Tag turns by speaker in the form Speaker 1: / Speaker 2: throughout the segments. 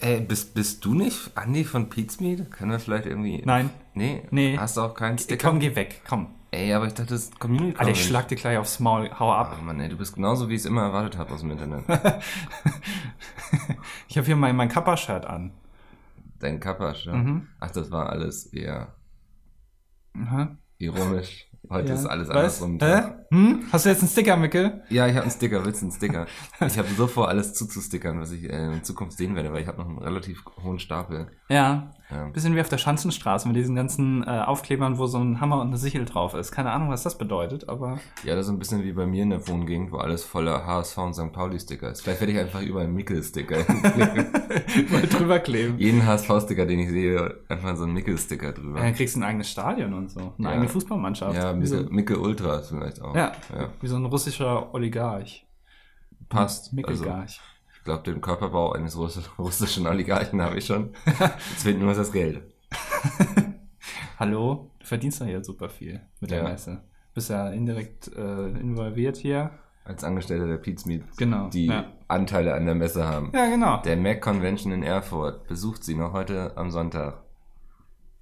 Speaker 1: Ey, Äh, bist, bist du nicht Andi von Pizmeet? Kann das vielleicht irgendwie.
Speaker 2: Nein.
Speaker 1: Nee?
Speaker 2: Nee.
Speaker 1: Hast du auch keinen Sticker?
Speaker 2: Komm, geh weg, komm.
Speaker 1: Ey, aber ich dachte, das ist Community
Speaker 2: Alter, ich
Speaker 1: Coverage.
Speaker 2: schlag dir gleich aufs Maul, hau ab.
Speaker 1: Ach Mann, ey, du bist genauso, wie ich es immer erwartet habe aus dem Internet. Ah.
Speaker 2: Ich habe hier mein, mein Kappa-Shirt an.
Speaker 1: Dein Kappasch, ja?
Speaker 2: Mhm.
Speaker 1: Ach, das war alles eher
Speaker 2: Aha.
Speaker 1: ironisch. Heute
Speaker 2: Ja.
Speaker 1: ist alles
Speaker 2: Was?
Speaker 1: andersrum.
Speaker 2: Hä? Hm? Hast du jetzt einen Sticker, Mickel?
Speaker 1: Ja, ich habe einen Sticker, willst du einen Sticker? Ich habe so vor, alles zuzustickern, was ich äh, in Zukunft sehen werde, weil ich habe noch einen relativ hohen Stapel. Ähm,
Speaker 2: Ja.
Speaker 1: Ja.
Speaker 2: Bisschen wie auf der Schanzenstraße mit diesen ganzen äh, Aufklebern, wo so ein Hammer und eine Sichel drauf ist. Keine Ahnung, was das bedeutet, aber
Speaker 1: ja, das ist ein bisschen wie bei mir in der Wohngegend, wo alles voller HSV und St. Pauli-Sticker ist. Vielleicht werde ich einfach überall einen Mickel-Sticker.
Speaker 2: mal drüber kleben.
Speaker 1: Jeden HSV-Sticker, den ich sehe, einfach so einen Mickel-Sticker drüber.
Speaker 2: Ja, dann Äh, kriegst du ein eigenes Stadion und so. Eine
Speaker 1: Ja.
Speaker 2: eigene Fußballmannschaft.
Speaker 1: ja,
Speaker 2: wie so,
Speaker 1: Mickel, Mickel Ultras vielleicht auch.
Speaker 2: ja,
Speaker 1: ja.
Speaker 2: wie so ein russischer Oligarch.
Speaker 1: Passt. Also,
Speaker 2: Mickelgarch.
Speaker 1: ich glaube, den Körperbau eines Russ russischen Oligarchen habe ich schon. Jetzt fehlt nur noch das Geld.
Speaker 2: Hallo, du verdienst doch hier super viel mit der
Speaker 1: Ja.
Speaker 2: Messe. Bist ja indirekt äh, involviert hier.
Speaker 1: Als Angestellter der Pizmeet,
Speaker 2: Genau,
Speaker 1: die
Speaker 2: ja.
Speaker 1: Anteile an der Messe haben.
Speaker 2: Ja, genau.
Speaker 1: Der Mac Convention in Erfurt besucht sie noch heute am Sonntag.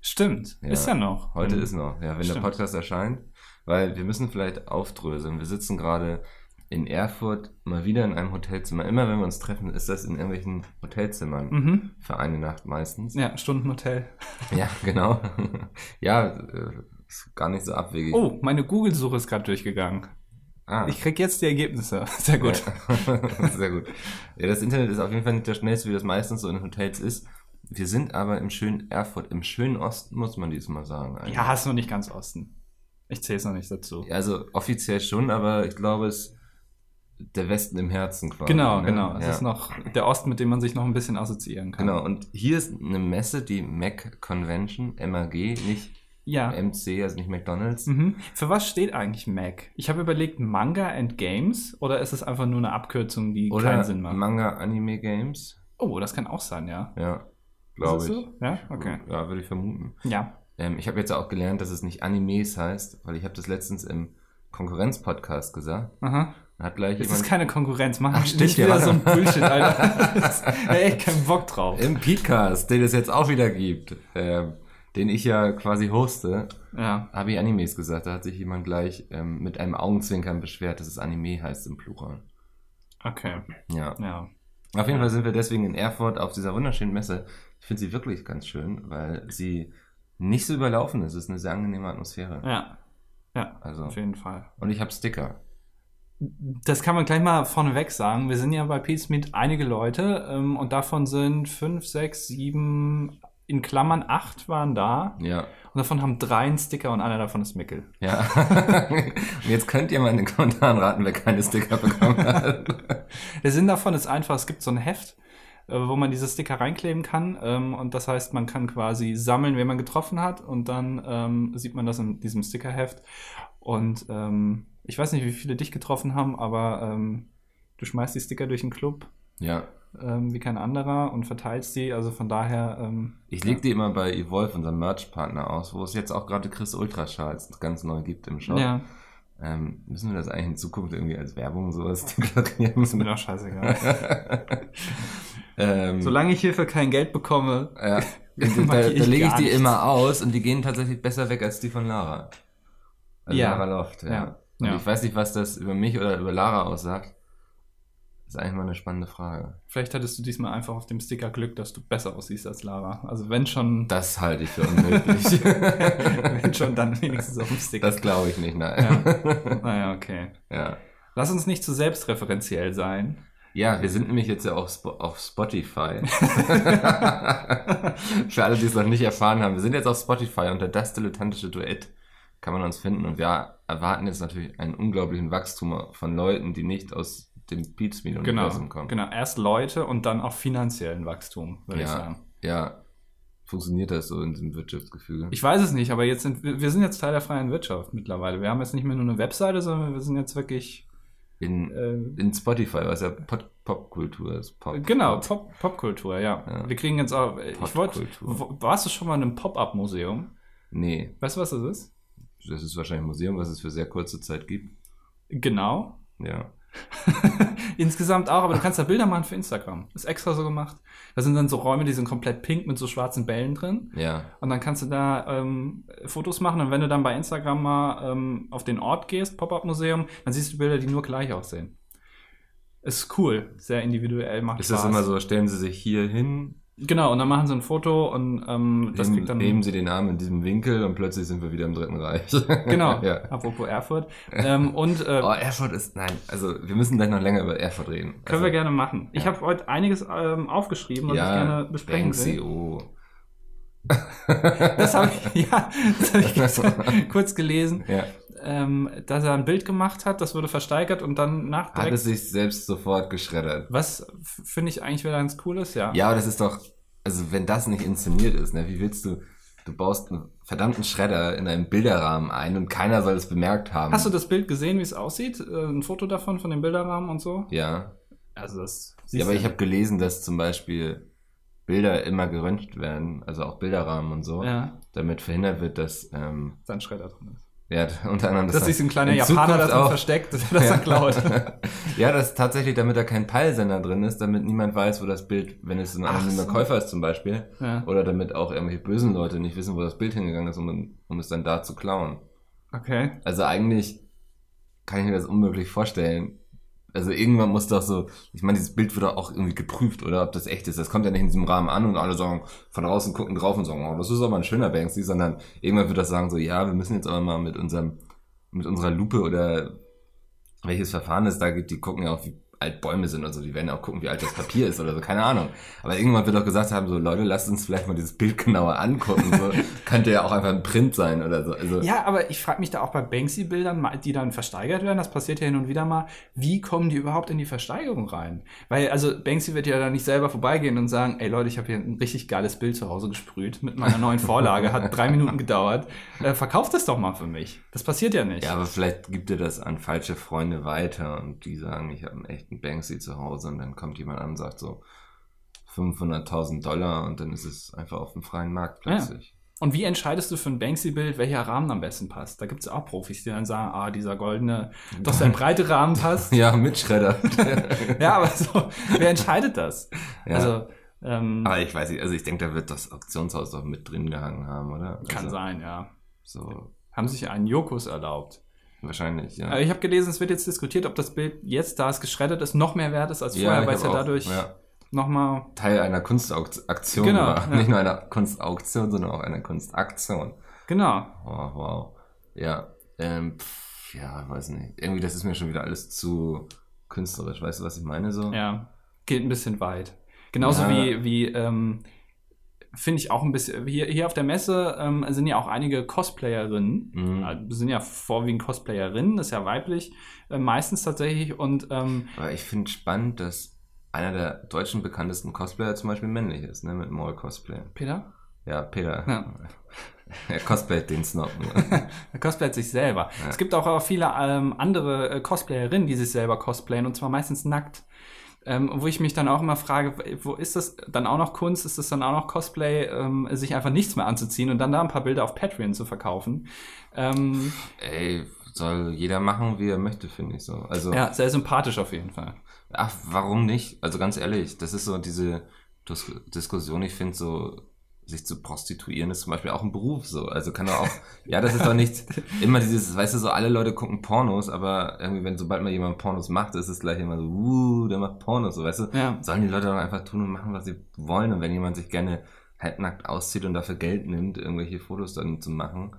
Speaker 2: Stimmt.
Speaker 1: Ja.
Speaker 2: Ist ja noch.
Speaker 1: Heute
Speaker 2: Mhm.
Speaker 1: ist noch, ja, wenn der
Speaker 2: Stimmt.
Speaker 1: Podcast erscheint, weil wir müssen vielleicht aufdröseln. Wir sitzen gerade in Erfurt mal wieder in einem Hotelzimmer. Immer wenn wir uns treffen, ist das in irgendwelchen Hotelzimmern
Speaker 2: Mhm.
Speaker 1: für eine Nacht meistens.
Speaker 2: Ja, Stundenhotel.
Speaker 1: Ja, genau. ja, äh, ist gar nicht so abwegig.
Speaker 2: Oh, meine Google-Suche ist gerade durchgegangen.
Speaker 1: ah.
Speaker 2: Ich krieg jetzt die Ergebnisse. Sehr gut.
Speaker 1: Ja. Sehr gut. Ja, das Internet ist auf jeden Fall nicht das schnellste, wie das meistens so in Hotels ist. Wir sind aber im schönen Erfurt, im schönen Osten, muss man diesmal sagen.
Speaker 2: Ja,
Speaker 1: eigentlich.
Speaker 2: ja ist noch nicht ganz Osten. Ich zähle es noch nicht dazu.
Speaker 1: Also offiziell schon, aber ich glaube, es der Westen im Herzen quasi.
Speaker 2: Genau,
Speaker 1: ne?
Speaker 2: genau.
Speaker 1: Ja.
Speaker 2: Es ist noch der Osten, mit dem man sich noch ein bisschen assoziieren kann.
Speaker 1: Genau, und hier ist eine Messe, die Mac Convention, MAG, nicht
Speaker 2: Ja.
Speaker 1: MC, also nicht McDonalds.
Speaker 2: Mhm. Für was steht eigentlich Mac? Ich habe überlegt, Manga and Games oder ist es einfach nur eine Abkürzung, die keinen
Speaker 1: Oder
Speaker 2: Sinn macht?
Speaker 1: Manga Anime Games.
Speaker 2: oh, das kann auch sein, ja.
Speaker 1: Ja,
Speaker 2: Ist
Speaker 1: glaube
Speaker 2: es
Speaker 1: ich.
Speaker 2: So? Ja, okay.
Speaker 1: Ja, würde ich vermuten.
Speaker 2: Ja.
Speaker 1: Ähm, ich habe jetzt auch gelernt, dass es nicht Animes heißt, weil ich habe das letztens im Konkurrenz-Podcast gesagt.
Speaker 2: Aha.
Speaker 1: Da Hat gleich
Speaker 2: Es ist
Speaker 1: jemand
Speaker 2: keine Konkurrenz. Mach
Speaker 1: Ach,
Speaker 2: nicht
Speaker 1: stimmt,
Speaker 2: nicht
Speaker 1: ja,
Speaker 2: wieder
Speaker 1: warte.
Speaker 2: so ein Bullshit, Alter. Das- da hab echt keinen Bock drauf.
Speaker 1: im Podcast, den es jetzt auch wieder gibt, ähm, den ich ja quasi hoste,
Speaker 2: Ja.
Speaker 1: habe ich Animes gesagt. Da hat sich jemand gleich ähm, mit einem Augenzwinkern beschwert, dass es Anime heißt im Plural.
Speaker 2: Okay.
Speaker 1: Ja.
Speaker 2: Ja.
Speaker 1: Auf jeden Fall sind wir deswegen in Erfurt auf dieser wunderschönen Messe. Ich finde sie wirklich ganz schön, weil sie nicht so überlaufen ist. Es ist eine sehr angenehme Atmosphäre.
Speaker 2: Ja. Ja.
Speaker 1: Also.
Speaker 2: Auf jeden Fall.
Speaker 1: Und ich habe Sticker.
Speaker 2: Das kann man gleich mal vorneweg sagen. Wir sind ja bei Peace mit einige Leute ähm, und davon sind fünf, sechs, sieben, in Klammern acht waren da.
Speaker 1: Ja.
Speaker 2: Und davon haben drei einen Sticker und einer davon ist Mickel.
Speaker 1: Ja. Und jetzt könnt ihr mal in den Kommentaren raten, wer keine Sticker bekommen hat.
Speaker 2: Der Sinn davon ist einfach, es gibt so ein Heft, äh, wo man diese Sticker reinkleben kann. Ähm, und das heißt, man kann quasi sammeln, wen man getroffen hat. Und dann ähm, sieht man das in diesem Stickerheft. Und ähm, ich weiß nicht, wie viele dich getroffen haben, aber ähm, du schmeißt die Sticker durch den Club
Speaker 1: ja.
Speaker 2: ähm, wie kein anderer und verteilst die. Also von daher. Ähm,
Speaker 1: Ich lege die immer bei Evolve, unserem Merch-Partner, aus, wo es jetzt auch gerade Chris Ultraschalls ganz neu gibt im Shop.
Speaker 2: Ja,
Speaker 1: Ähm, müssen wir das eigentlich in Zukunft irgendwie als Werbung sowas deklarieren?
Speaker 2: ist mir doch scheißegal.
Speaker 1: ähm,
Speaker 2: Solange ich hierfür kein Geld bekomme.
Speaker 1: ja, da
Speaker 2: mag
Speaker 1: da
Speaker 2: ich
Speaker 1: lege ich
Speaker 2: gar
Speaker 1: die
Speaker 2: nichts.
Speaker 1: immer aus und die gehen tatsächlich besser weg als die von Lara. Also
Speaker 2: Ja.
Speaker 1: Lara Loft, ja.
Speaker 2: Ja.
Speaker 1: Und
Speaker 2: Ja.
Speaker 1: ich weiß nicht, was das über mich oder über Lara aussagt. Das ist eigentlich mal eine spannende Frage.
Speaker 2: Vielleicht hattest du diesmal einfach auf dem Sticker Glück, dass du besser aussiehst als Lara. Also wenn schon,
Speaker 1: Das halte ich für unmöglich.
Speaker 2: wenn schon dann wenigstens auf dem Sticker.
Speaker 1: Das glaube ich nicht, nein.
Speaker 2: Naja, okay.
Speaker 1: Ja. ja.
Speaker 2: Lass uns nicht zu selbstreferenziell sein.
Speaker 1: wir sind nämlich jetzt ja auf, Spo auf Spotify. Für alle, die es noch nicht erfahren haben, wir sind jetzt auf Spotify unter das dilettantische Duett kann man uns finden und wir erwarten jetzt natürlich einen unglaublichen Wachstum von Leuten, die nicht aus dem Beatsmeet-Universum kommen.
Speaker 2: genau. Erst Leute und dann auch finanziellen Wachstum, würde ich
Speaker 1: Ja.
Speaker 2: sagen.
Speaker 1: Ja, funktioniert das so in diesem Wirtschaftsgefüge?
Speaker 2: Ich weiß es nicht, aber jetzt sind wir wir sind jetzt Teil der freien Wirtschaft mittlerweile. Wir haben jetzt nicht mehr nur eine Webseite, sondern wir sind jetzt wirklich
Speaker 1: in,
Speaker 2: äh,
Speaker 1: in Spotify, was ja Pop- Popkultur ist. Pop
Speaker 2: Genau, Pop- Popkultur, ja.
Speaker 1: Ja.
Speaker 2: Wir kriegen jetzt auch. Ich wollte.
Speaker 1: Popkultur.
Speaker 2: wo- Warst du schon mal in einem Pop-Up-Museum?
Speaker 1: Nee,
Speaker 2: Weißt du, was das ist?
Speaker 1: das ist wahrscheinlich ein Museum, was es für sehr kurze Zeit gibt.
Speaker 2: Genau.
Speaker 1: Ja.
Speaker 2: Insgesamt auch, aber du kannst da Bilder machen für Instagram. Ist extra so gemacht. Da sind dann so Räume, die sind komplett pink mit so schwarzen Bällen drin.
Speaker 1: Ja.
Speaker 2: Und dann kannst du da ähm, Fotos machen. Und wenn du dann bei Instagram mal ähm, auf den Ort gehst, Pop-Up-Museum, dann siehst du Bilder, die nur gleich aussehen. Ist cool, sehr individuell, macht
Speaker 1: Ist
Speaker 2: Spaß.
Speaker 1: das immer so, stellen Sie sich hier hin,
Speaker 2: Genau, und dann machen sie ein Foto und ähm, das
Speaker 1: nehmen,
Speaker 2: kriegt dann...
Speaker 1: nehmen Sie den Namen in diesem Winkel und plötzlich sind wir wieder im Dritten Reich.
Speaker 2: Genau,
Speaker 1: ja.
Speaker 2: apropos Erfurt. Ähm, und äh,
Speaker 1: Oh, Erfurt ist, nein, also wir müssen gleich noch länger über Erfurt reden.
Speaker 2: können
Speaker 1: also,
Speaker 2: wir gerne machen. Ich
Speaker 1: ja.
Speaker 2: habe heute einiges ähm, aufgeschrieben, was
Speaker 1: ja,
Speaker 2: ich gerne besprechen ne? will.
Speaker 1: Banksy, oh.
Speaker 2: Das habe ich, ja, das hab ich gestern kurz gelesen,
Speaker 1: Ja.
Speaker 2: ähm, dass er ein Bild gemacht hat, das wurde versteigert und dann nach
Speaker 1: Hat
Speaker 2: direkt,
Speaker 1: es sich selbst sofort geschreddert.
Speaker 2: was f- finde ich eigentlich wieder ganz cool ist, ja.
Speaker 1: Ja, aber das ist doch, also wenn das nicht inszeniert ist, ne, wie willst du, du baust einen verdammten Schredder in einen Bilderrahmen ein und keiner soll es bemerkt haben.
Speaker 2: Hast du das Bild gesehen, wie es aussieht? Äh, Ein Foto davon, von dem Bilderrahmen und so?
Speaker 1: Ja.
Speaker 2: Also das
Speaker 1: ja
Speaker 2: siehst
Speaker 1: aber
Speaker 2: du-
Speaker 1: ich habe gelesen, dass zum Beispiel Bilder immer geröntgt werden, also auch Bilderrahmen und so,
Speaker 2: ja,
Speaker 1: damit verhindert wird, dass, ähm,
Speaker 2: sein Schredder drin ist.
Speaker 1: Ja, unter anderem
Speaker 2: Das ist ein kleiner
Speaker 1: in
Speaker 2: Japaner,
Speaker 1: Zukunft
Speaker 2: das man
Speaker 1: auch-
Speaker 2: versteckt, dass er das klaut.
Speaker 1: ja, das tatsächlich, damit da kein Peilsender drin ist, damit niemand weiß, wo das Bild, wenn es ein
Speaker 2: Ach
Speaker 1: anonymer
Speaker 2: so.
Speaker 1: Käufer ist zum Beispiel,
Speaker 2: Ja.
Speaker 1: oder damit auch irgendwelche bösen Leute nicht wissen, wo das Bild hingegangen ist, um, um es dann da zu klauen.
Speaker 2: Okay.
Speaker 1: Also eigentlich kann ich mir das unmöglich vorstellen. Also irgendwann muss doch so, ich meine, dieses Bild wird doch auch irgendwie geprüft, oder ob das echt ist. Das kommt ja nicht in diesem Rahmen an und alle sagen, von draußen gucken drauf und sagen, oh, das ist aber ein schöner Banksy, sondern irgendwann wird das sagen so, ja, wir müssen jetzt aber mal mit unserem, mit unserer Lupe oder welches Verfahren es da gibt, die gucken ja auch, wie alt Bäume sind und so, die werden auch gucken, wie alt das Papier ist oder so, keine Ahnung. Aber irgendwann wird doch gesagt haben, so Leute, lasst uns vielleicht mal dieses Bild genauer angucken, so. könnte ja auch einfach ein Print sein oder so. Also,
Speaker 2: Ja, aber ich frage mich da auch bei Banksy-Bildern, mal- die dann versteigert werden, das passiert ja hin und wieder mal, wie kommen die überhaupt in die Versteigerung rein? Weil, also Banksy wird ja da nicht selber vorbeigehen und sagen, ey Leute, ich habe hier ein richtig geiles Bild zu Hause gesprüht mit meiner neuen Vorlage, hat drei Minuten gedauert, äh, verkauft es doch mal für mich. Das passiert ja nicht.
Speaker 1: Ja, aber vielleicht gibt er das an falsche Freunde weiter und die sagen, ich habe einen echten Banksy zu Hause und dann kommt jemand an und sagt so 500.000 Dollar und dann ist es einfach auf dem freien Markt
Speaker 2: Ja.
Speaker 1: plötzlich.
Speaker 2: Und wie entscheidest du für ein Banksy-Bild, welcher Rahmen am besten passt? Da gibt es auch Profis, die dann sagen, ah, dieser goldene, doch sein breiter Rahmen passt.
Speaker 1: Ja, Mitschredder.
Speaker 2: ja, aber so, wer entscheidet das?
Speaker 1: ja.
Speaker 2: Also, ähm,
Speaker 1: aber ich weiß nicht, also ich denke, da wird das Auktionshaus doch mit drin gehangen haben, oder? Also,
Speaker 2: kann sein, ja.
Speaker 1: So,
Speaker 2: haben sich einen Jokus erlaubt.
Speaker 1: wahrscheinlich, ja.
Speaker 2: Aber ich habe gelesen, es wird jetzt diskutiert, ob das Bild jetzt, da es geschreddert ist, noch mehr wert ist als vorher,
Speaker 1: ich
Speaker 2: weil es
Speaker 1: hab
Speaker 2: ja
Speaker 1: auch-
Speaker 2: dadurch
Speaker 1: ja,
Speaker 2: nochmal.
Speaker 1: Teil einer Kunstauktion
Speaker 2: Genau,
Speaker 1: war.
Speaker 2: ja.
Speaker 1: Nicht nur einer Kunstauktion, sondern auch einer Kunstaktion.
Speaker 2: Genau.
Speaker 1: Oh, wow. Ja, ähm, pff, ja, weiß nicht. Irgendwie, das ist mir schon wieder alles zu künstlerisch. Weißt du, was ich meine so?
Speaker 2: Ja. Geht ein bisschen weit. Genauso
Speaker 1: Ja.
Speaker 2: wie, wie ähm, finde ich auch ein bisschen. Hier, hier auf der Messe ähm, sind ja auch einige Cosplayerinnen.
Speaker 1: Mhm.
Speaker 2: Äh, Sind ja vorwiegend Cosplayerinnen, ist ja weiblich, äh, meistens tatsächlich. Und ähm,
Speaker 1: Aber ich finde spannend, dass einer der deutschen bekanntesten Cosplayer zum Beispiel männlich ist, ne? Mit Mall Cosplay.
Speaker 2: Peter?
Speaker 1: Ja, Peter.
Speaker 2: Ja.
Speaker 1: er cosplayt den Snob.
Speaker 2: Er cosplayt sich selber.
Speaker 1: Ja.
Speaker 2: Es gibt auch äh, viele ähm, andere äh, Cosplayerinnen, die sich selber cosplayen und zwar meistens nackt. Ähm, wo ich mich dann auch immer frage, wo ist das dann auch noch Kunst? Ist das dann auch noch Cosplay, ähm, sich einfach nichts mehr anzuziehen und dann da ein paar Bilder auf Patreon zu verkaufen? Ähm,
Speaker 1: Ey, soll jeder machen, wie er möchte, finde ich so. Also,
Speaker 2: Ja, sehr sympathisch auf jeden Fall.
Speaker 1: Ach, warum nicht? Also ganz ehrlich, das ist so diese Dis Diskussion, ich finde so, sich zu prostituieren ist zum Beispiel auch ein Beruf so. Also kann doch auch, ja, das ist doch nicht immer dieses, weißt du, so alle Leute gucken Pornos, aber irgendwie, wenn sobald mal jemand Pornos macht, ist es gleich immer so, uh, der macht Pornos, so, weißt du?
Speaker 2: Ja.
Speaker 1: Sollen die Leute doch einfach tun und machen, was sie wollen und wenn jemand sich gerne halbnackt auszieht und dafür Geld nimmt, irgendwelche Fotos dann zu machen,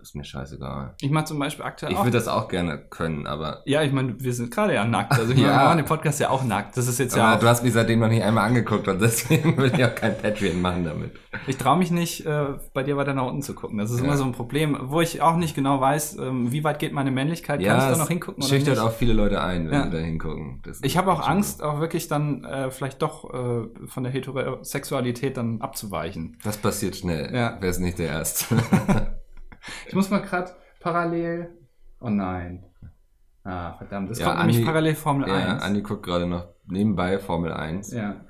Speaker 1: ist mir scheißegal.
Speaker 2: Ich mache zum Beispiel aktuell
Speaker 1: Ich
Speaker 2: auch.
Speaker 1: würde das auch gerne können, aber
Speaker 2: Ja, ich meine, wir sind gerade ja nackt. Also hier
Speaker 1: Ja.
Speaker 2: wir machen den Podcast ja auch nackt. Das ist jetzt ja.
Speaker 1: Aber
Speaker 2: auch-
Speaker 1: du hast mich seitdem noch nicht einmal angeguckt und deswegen will ich auch kein Patreon machen damit.
Speaker 2: Ich traue mich nicht, äh, bei dir weiter nach unten zu gucken. Das ist immer so ein Problem, wo ich auch nicht genau weiß, ähm, wie weit geht meine Männlichkeit. Kann ich da noch hingucken oder
Speaker 1: schüchtert
Speaker 2: nicht?
Speaker 1: auch viele Leute ein, wenn
Speaker 2: Ja.
Speaker 1: sie da hingucken. Das ist
Speaker 2: Ich habe auch
Speaker 1: schon
Speaker 2: Angst, auch wirklich dann äh, vielleicht doch äh, von der Heterosexualität dann abzuweichen.
Speaker 1: so. Das passiert schnell.
Speaker 2: Ja.
Speaker 1: Wer ist nicht der Erste?
Speaker 2: Ich muss mal gerade parallel. Oh nein. Ah, verdammt. Das
Speaker 1: Ja,
Speaker 2: kommt nämlich
Speaker 1: Andi-
Speaker 2: parallel Formel
Speaker 1: ja,
Speaker 2: 1.
Speaker 1: Andi guckt gerade noch nebenbei Formel 1.
Speaker 2: Ja.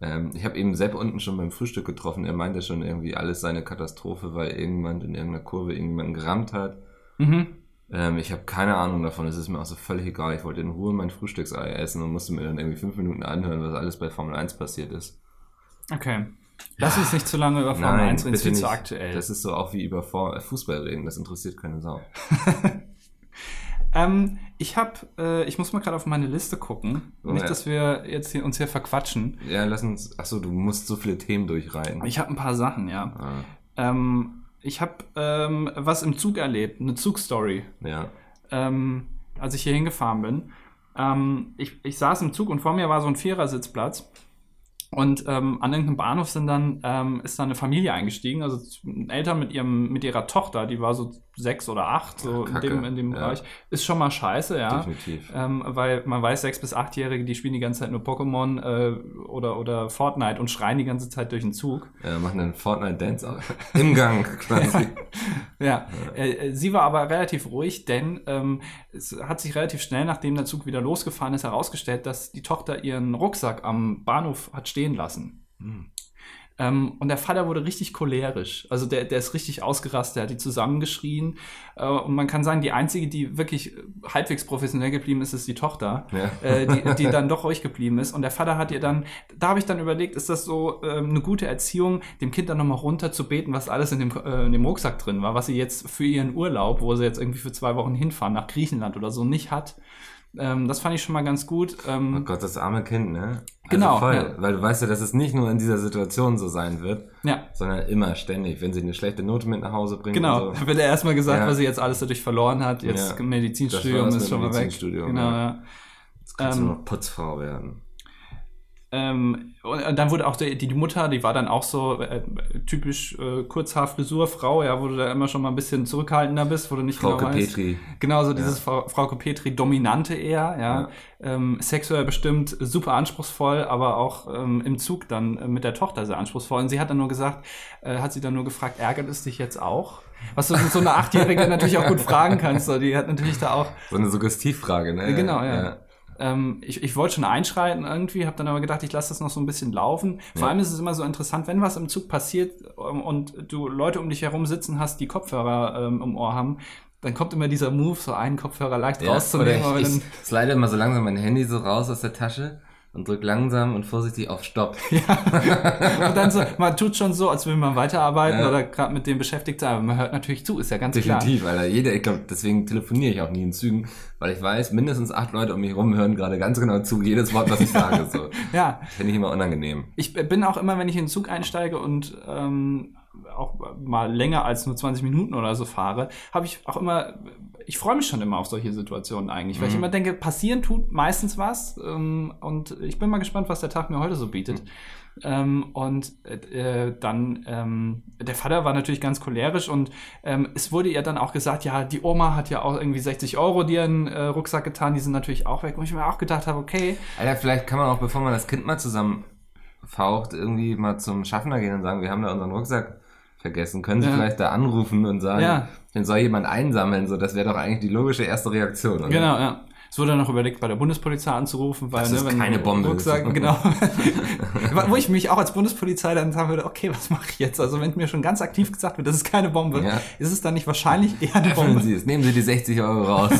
Speaker 1: Ähm, ich habe eben Sepp unten schon beim Frühstück getroffen. Er meinte schon irgendwie alles seine Katastrophe, weil irgendjemand in irgendeiner Kurve irgendjemanden gerammt hat.
Speaker 2: Mhm.
Speaker 1: Ähm, ich habe keine Ahnung davon, es ist mir auch so völlig egal. Ich wollte in Ruhe mein Frühstücksei essen und musste mir dann irgendwie fünf Minuten anhören, was alles bei Formel 1 passiert ist.
Speaker 2: Okay. Lass uns nicht zu lange über Formel 1 reden, es
Speaker 1: bitte
Speaker 2: wird zu
Speaker 1: nicht.
Speaker 2: aktuell.
Speaker 1: Das ist so auch wie über Vor- äh, Fußball reden, das interessiert keine Sau.
Speaker 2: Ähm, ich habe, äh, ich muss mal gerade auf meine Liste gucken.
Speaker 1: Oh,
Speaker 2: Nicht,
Speaker 1: ja.
Speaker 2: dass wir jetzt hier, uns hier verquatschen.
Speaker 1: Ja, lass uns. Achso, du musst so viele Themen durchreiten.
Speaker 2: Ich habe ein paar Sachen, ja.
Speaker 1: ah,
Speaker 2: Ähm, ich habe ähm, was im Zug erlebt, eine Zugstory.
Speaker 1: ja.
Speaker 2: ähm, als ich hier hingefahren bin. Ähm, ich, ich saß im Zug und vor mir war so ein Vierersitzplatz. Und ähm, an irgendeinem Bahnhof sind dann, ähm, ist dann eine Familie eingestiegen, also z- Eltern mit ihrem, mit ihrer Tochter, die war so sechs oder acht, so
Speaker 1: Ach,
Speaker 2: in
Speaker 1: Kacke.
Speaker 2: dem, in dem
Speaker 1: Ja.
Speaker 2: Bereich. Ist schon mal scheiße, ja.
Speaker 1: definitiv.
Speaker 2: Ähm, weil man weiß, sechs bis achtjährige, die spielen die ganze Zeit nur Pokémon äh, oder, oder Fortnite und schreien die ganze Zeit durch den Zug.
Speaker 1: Äh, machen einen Fortnite-Dance auch. im Gang quasi.
Speaker 2: Ja, äh, äh, sie war aber relativ ruhig, denn ähm, es hat sich relativ schnell, nachdem der Zug wieder losgefahren ist, herausgestellt, dass die Tochter ihren Rucksack am Bahnhof hat stehen lassen.
Speaker 1: Hm.
Speaker 2: Ähm, und der Vater wurde richtig cholerisch. Also der, der ist richtig ausgerastet, der hat die zusammengeschrien. Äh, und man kann sagen, die einzige, die wirklich äh, halbwegs professionell geblieben ist, ist die Tochter
Speaker 1: Ja.
Speaker 2: äh, die, die dann doch ruhig geblieben ist. Und der Vater hat ihr dann, da habe ich dann überlegt, ist das so ähm, eine gute Erziehung, dem Kind dann nochmal runter zu beten, was alles in dem, äh, in dem Rucksack drin war, was sie jetzt für ihren Urlaub, wo sie jetzt irgendwie für zwei Wochen hinfahren, nach Griechenland oder so, nicht hat. Ähm, das fand ich schon mal ganz gut.
Speaker 1: Oh
Speaker 2: Ähm,
Speaker 1: Gott, das arme Kind, ne?
Speaker 2: Genau,
Speaker 1: voll,
Speaker 2: ja.
Speaker 1: Weil du weißt ja, dass es nicht nur in dieser Situation so sein wird,
Speaker 2: ja,
Speaker 1: sondern immer ständig, wenn sie eine schlechte Note mit nach Hause bringt.
Speaker 2: genau.
Speaker 1: Und
Speaker 2: Da
Speaker 1: so.
Speaker 2: wird er erstmal gesagt,
Speaker 1: Also, Ja.
Speaker 2: was sie jetzt alles dadurch verloren hat. Jetzt
Speaker 1: Ja. Das
Speaker 2: Medizinstudium
Speaker 1: war's
Speaker 2: ist
Speaker 1: mit
Speaker 2: schon mal weg.
Speaker 1: Medizinstudium,
Speaker 2: Genau,
Speaker 1: ja.
Speaker 2: ja.
Speaker 1: Jetzt kannst
Speaker 2: Ähm,
Speaker 1: du noch Putzfrau werden.
Speaker 2: Ähm, und dann wurde auch die, die Mutter, die war dann auch so äh, typisch äh, Kurzhaarfrisur, Frau, ja, wo du da immer schon mal ein bisschen zurückhaltender bist, wo du nicht
Speaker 1: Frauke
Speaker 2: genau weißt.
Speaker 1: Petri.
Speaker 2: Genau, so dieses Frau, Frauke Petri, dominante eher, ja.
Speaker 1: Ja.
Speaker 2: Ähm, sexuell bestimmt super anspruchsvoll, aber auch ähm, im Zug dann äh, mit der Tochter sehr anspruchsvoll. Und sie hat dann nur gesagt, äh, hat sie dann nur gefragt, ärgert es dich jetzt auch? Was du so eine Achtjährige natürlich auch gut fragen kannst, so, die hat natürlich da auch
Speaker 1: So eine Suggestivfrage, ne?
Speaker 2: Genau, ja. Ähm, ich ich wollte schon einschreiten irgendwie, habe dann aber gedacht, ich lasse das noch so ein bisschen laufen. Vor
Speaker 1: Ja.
Speaker 2: allem ist es immer so interessant, wenn was im Zug passiert ähm, und du Leute um dich herum sitzen hast, die Kopfhörer ähm, im Ohr haben, dann kommt immer dieser Move, so einen Kopfhörer leicht
Speaker 1: Ja,
Speaker 2: rauszunehmen.
Speaker 1: oder
Speaker 2: aber
Speaker 1: Ich,
Speaker 2: dann,
Speaker 1: ich slide immer so langsam mein Handy so raus aus der Tasche und drück langsam und vorsichtig auf Stopp.
Speaker 2: und dann so, man tut schon so, als will man weiterarbeiten
Speaker 1: Ja.
Speaker 2: oder gerade mit dem beschäftigt sein, aber man hört natürlich zu, ist ja ganz
Speaker 1: Definitiv, Alter. Jeder, ich glaube, deswegen telefoniere ich auch nie in Zügen, weil ich weiß, mindestens acht Leute um mich herum hören gerade ganz genau zu, jedes Wort, was ich sage. So.
Speaker 2: klar. Ja,
Speaker 1: Finde ich immer unangenehm.
Speaker 2: Ich bin auch immer, wenn ich in den Zug einsteige und ähm, auch mal länger als nur 20 Minuten oder so fahre, habe ich auch immer, ich freue mich schon immer auf solche Situationen eigentlich, weil ich
Speaker 1: Mhm.
Speaker 2: immer denke, passieren tut meistens was ähm, und ich bin mal gespannt, was der Tag mir heute so bietet. Ähm, und äh, äh, dann, ähm, der Vater war natürlich ganz cholerisch und ähm, es wurde ihr dann auch gesagt, ja, die Oma hat ja auch irgendwie 60 Euro dir in äh, Rucksack getan, die sind natürlich auch weg. Und ich mir auch gedacht habe, okay,
Speaker 1: Alter, vielleicht kann man auch, bevor man das Kind mal zusammenfaucht, irgendwie mal zum Schaffner gehen und sagen, wir haben da unseren Rucksack vergessen. Können Sie
Speaker 2: Ja.
Speaker 1: vielleicht da anrufen und sagen,
Speaker 2: Ja.
Speaker 1: den soll jemand einsammeln? So, das wäre doch eigentlich die logische erste Reaktion. Oder?
Speaker 2: Genau, ja. Es wurde noch überlegt, bei der Bundespolizei anzurufen, weil
Speaker 1: Das ist
Speaker 2: ne, wenn
Speaker 1: keine
Speaker 2: du
Speaker 1: Bombe.
Speaker 2: Rucksack, genau. Wo ich mich auch als Bundespolizei dann sagen würde, okay, was mache ich jetzt? Also wenn mir schon ganz aktiv gesagt wird, das ist keine Bombe,
Speaker 1: Ja.
Speaker 2: ist es dann nicht wahrscheinlich eher eine
Speaker 1: Öffnen
Speaker 2: Bombe?
Speaker 1: Sie es, nehmen Sie die 60 Euro raus.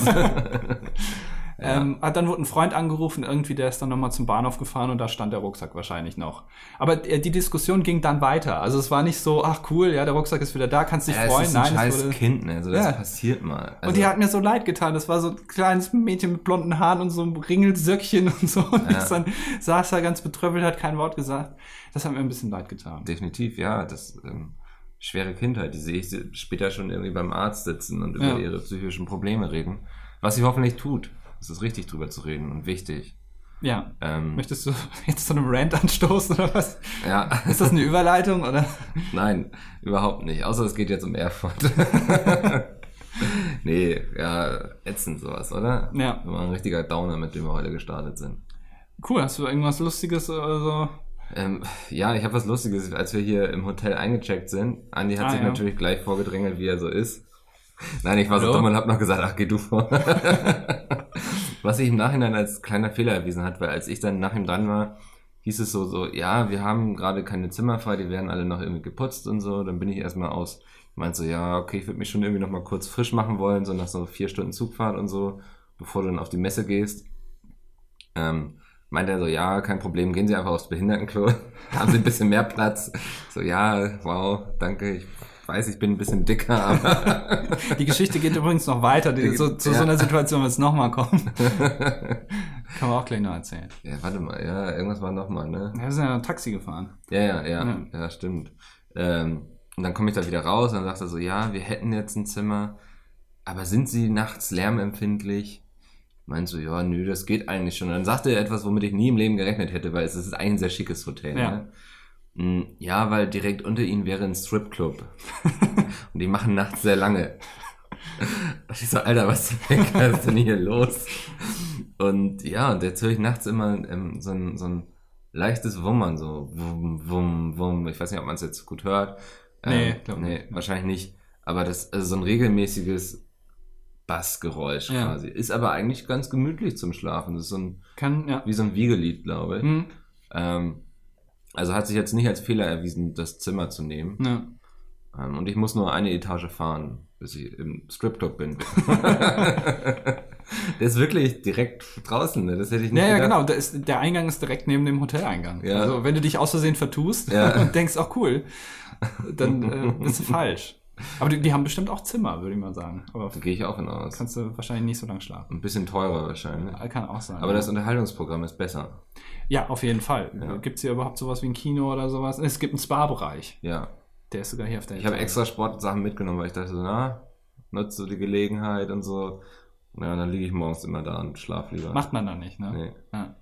Speaker 2: Ähm, ah, dann wurde ein Freund angerufen, irgendwie, der ist dann nochmal zum Bahnhof gefahren und da stand der Rucksack wahrscheinlich noch. Aber äh, die Diskussion ging dann weiter. Also es war nicht so, ach cool, ja, der Rucksack ist wieder da, kannst dich
Speaker 1: Ja,
Speaker 2: freuen.
Speaker 1: es ist ein
Speaker 2: Nein, es
Speaker 1: scheiß
Speaker 2: wurde,
Speaker 1: Kind, ne? Also das
Speaker 2: Ja.
Speaker 1: passiert mal. Also,
Speaker 2: und die hat mir so leid getan. Das war so ein kleines Mädchen mit blonden Haaren und so einem Ringelsöckchen und so. Und
Speaker 1: Ja.
Speaker 2: ich dann saß da ganz betröppelt, hat kein Wort gesagt. Das hat mir ein bisschen leid getan.
Speaker 1: definitiv, ja, das ähm, schwere Kindheit, die sehe ich später schon irgendwie beim Arzt sitzen und über
Speaker 2: Ja.
Speaker 1: ihre psychischen Probleme reden. Was sie hoffentlich tut. Es ist richtig drüber zu reden und wichtig.
Speaker 2: Ja.
Speaker 1: Ähm,
Speaker 2: Möchtest du jetzt zu einem Rant anstoßen oder was?
Speaker 1: ja,
Speaker 2: Ist das eine Überleitung oder?
Speaker 1: nein, überhaupt nicht. Außer es geht jetzt um Erfurt. nee, ja, ätzend sowas, oder?
Speaker 2: Ja.
Speaker 1: War ein richtiger Downer, mit dem wir heute gestartet sind.
Speaker 2: Cool, hast du irgendwas Lustiges oder so?
Speaker 1: Ähm, ja, ich habe was Lustiges, als wir hier im Hotel eingecheckt sind. Andi hat
Speaker 2: Ah,
Speaker 1: sich
Speaker 2: ja.
Speaker 1: natürlich gleich vorgedrängelt, wie er so ist. Nein, ich war so
Speaker 2: Hallo?
Speaker 1: dumm und habe noch gesagt, ach, geh du vor. was sich im Nachhinein als kleiner Fehler erwiesen hat, weil als ich dann nach ihm dran war, hieß es so, so, ja, wir haben gerade keine Zimmer frei, die werden alle noch irgendwie geputzt und so. Dann bin ich erstmal aus Meinst du, ja, okay, ich würde mich schon irgendwie nochmal kurz frisch machen wollen, so nach so vier Stunden Zugfahrt und so, bevor du dann auf die Messe gehst. Ähm, meinte er so, ja, kein Problem, gehen Sie einfach aufs Behindertenklo, haben Sie ein bisschen mehr Platz. So, ja, wow, danke, ich weiß, ich bin ein bisschen dicker, aber
Speaker 2: Die Geschichte geht übrigens noch weiter. Die,
Speaker 1: Die-
Speaker 2: so, zu
Speaker 1: ja.
Speaker 2: so einer Situation wird es nochmal kommen. Kann man auch gleich noch erzählen.
Speaker 1: ja, warte mal, ja, irgendwas war nochmal, ne?
Speaker 2: Wir sind ja noch Taxi gefahren.
Speaker 1: Ja, ja, ja,
Speaker 2: Ja.
Speaker 1: ja, stimmt. Ähm, und dann komme ich da wieder raus und dann sagt er so, ja, wir hätten jetzt ein Zimmer, aber sind Sie nachts lärmempfindlich? Meinst du, ja, nö, das geht eigentlich schon. Und dann sagte er etwas, womit ich nie im Leben gerechnet hätte, weil es ist eigentlich ein sehr schickes Hotel.
Speaker 2: Ja.
Speaker 1: Ne? Mm, Ja, weil direkt unter ihnen wäre ein Stripclub. und die machen nachts sehr lange. Und ich so, Alter, was zum Henker ist denn hier los? Und ja, und jetzt höre ich nachts immer ähm, so, ein, so ein leichtes Wummern, so wum, wum, wum. Ich weiß nicht, ob man es jetzt gut hört. Ähm,
Speaker 2: Nee, glaub
Speaker 1: nee,
Speaker 2: nicht.
Speaker 1: wahrscheinlich nicht. Aber das, also so ein regelmäßiges Bassgeräusch
Speaker 2: Ja.
Speaker 1: quasi. Ist aber eigentlich ganz gemütlich zum Schlafen. Das ist so ein,
Speaker 2: Kann, ja.
Speaker 1: wie so ein Wiegelied, glaube ich.
Speaker 2: Hm,
Speaker 1: Ähm, also hat sich jetzt nicht als Fehler erwiesen, das Zimmer zu nehmen.
Speaker 2: ja.
Speaker 1: Ähm, und ich muss nur eine Etage fahren, bis ich im Stripclub bin. Der ist wirklich direkt draußen, ne? Das hätte ich nicht
Speaker 2: Ja, ja,
Speaker 1: gedacht.
Speaker 2: genau. Da ist, der Eingang ist direkt neben dem Hoteleingang.
Speaker 1: Ja.
Speaker 2: Also wenn du dich aus Versehen vertust
Speaker 1: Ja.
Speaker 2: und denkst, auch cool, dann äh, bist du falsch. Aber die, die haben bestimmt auch Zimmer, würde ich mal sagen. Aber
Speaker 1: Da gehe ich auch hinaus.
Speaker 2: genau. kannst du wahrscheinlich nicht so lange schlafen.
Speaker 1: Ein bisschen teurer wahrscheinlich.
Speaker 2: Kann auch sein.
Speaker 1: Aber das Unterhaltungsprogramm ist besser.
Speaker 2: ja, auf jeden Fall.
Speaker 1: Ja.
Speaker 2: Gibt es hier überhaupt sowas wie ein Kino oder sowas? Es gibt einen Spa-Bereich.
Speaker 1: Ja.
Speaker 2: Der ist sogar hier auf der
Speaker 1: Ich habe
Speaker 2: Etage.
Speaker 1: extra Sportsachen mitgenommen, weil ich dachte so, na, nutzt du die Gelegenheit und so. Ja, und dann liege ich morgens immer da und schlaf lieber.
Speaker 2: Macht man da nicht, ne?
Speaker 1: Nee.
Speaker 2: Ja.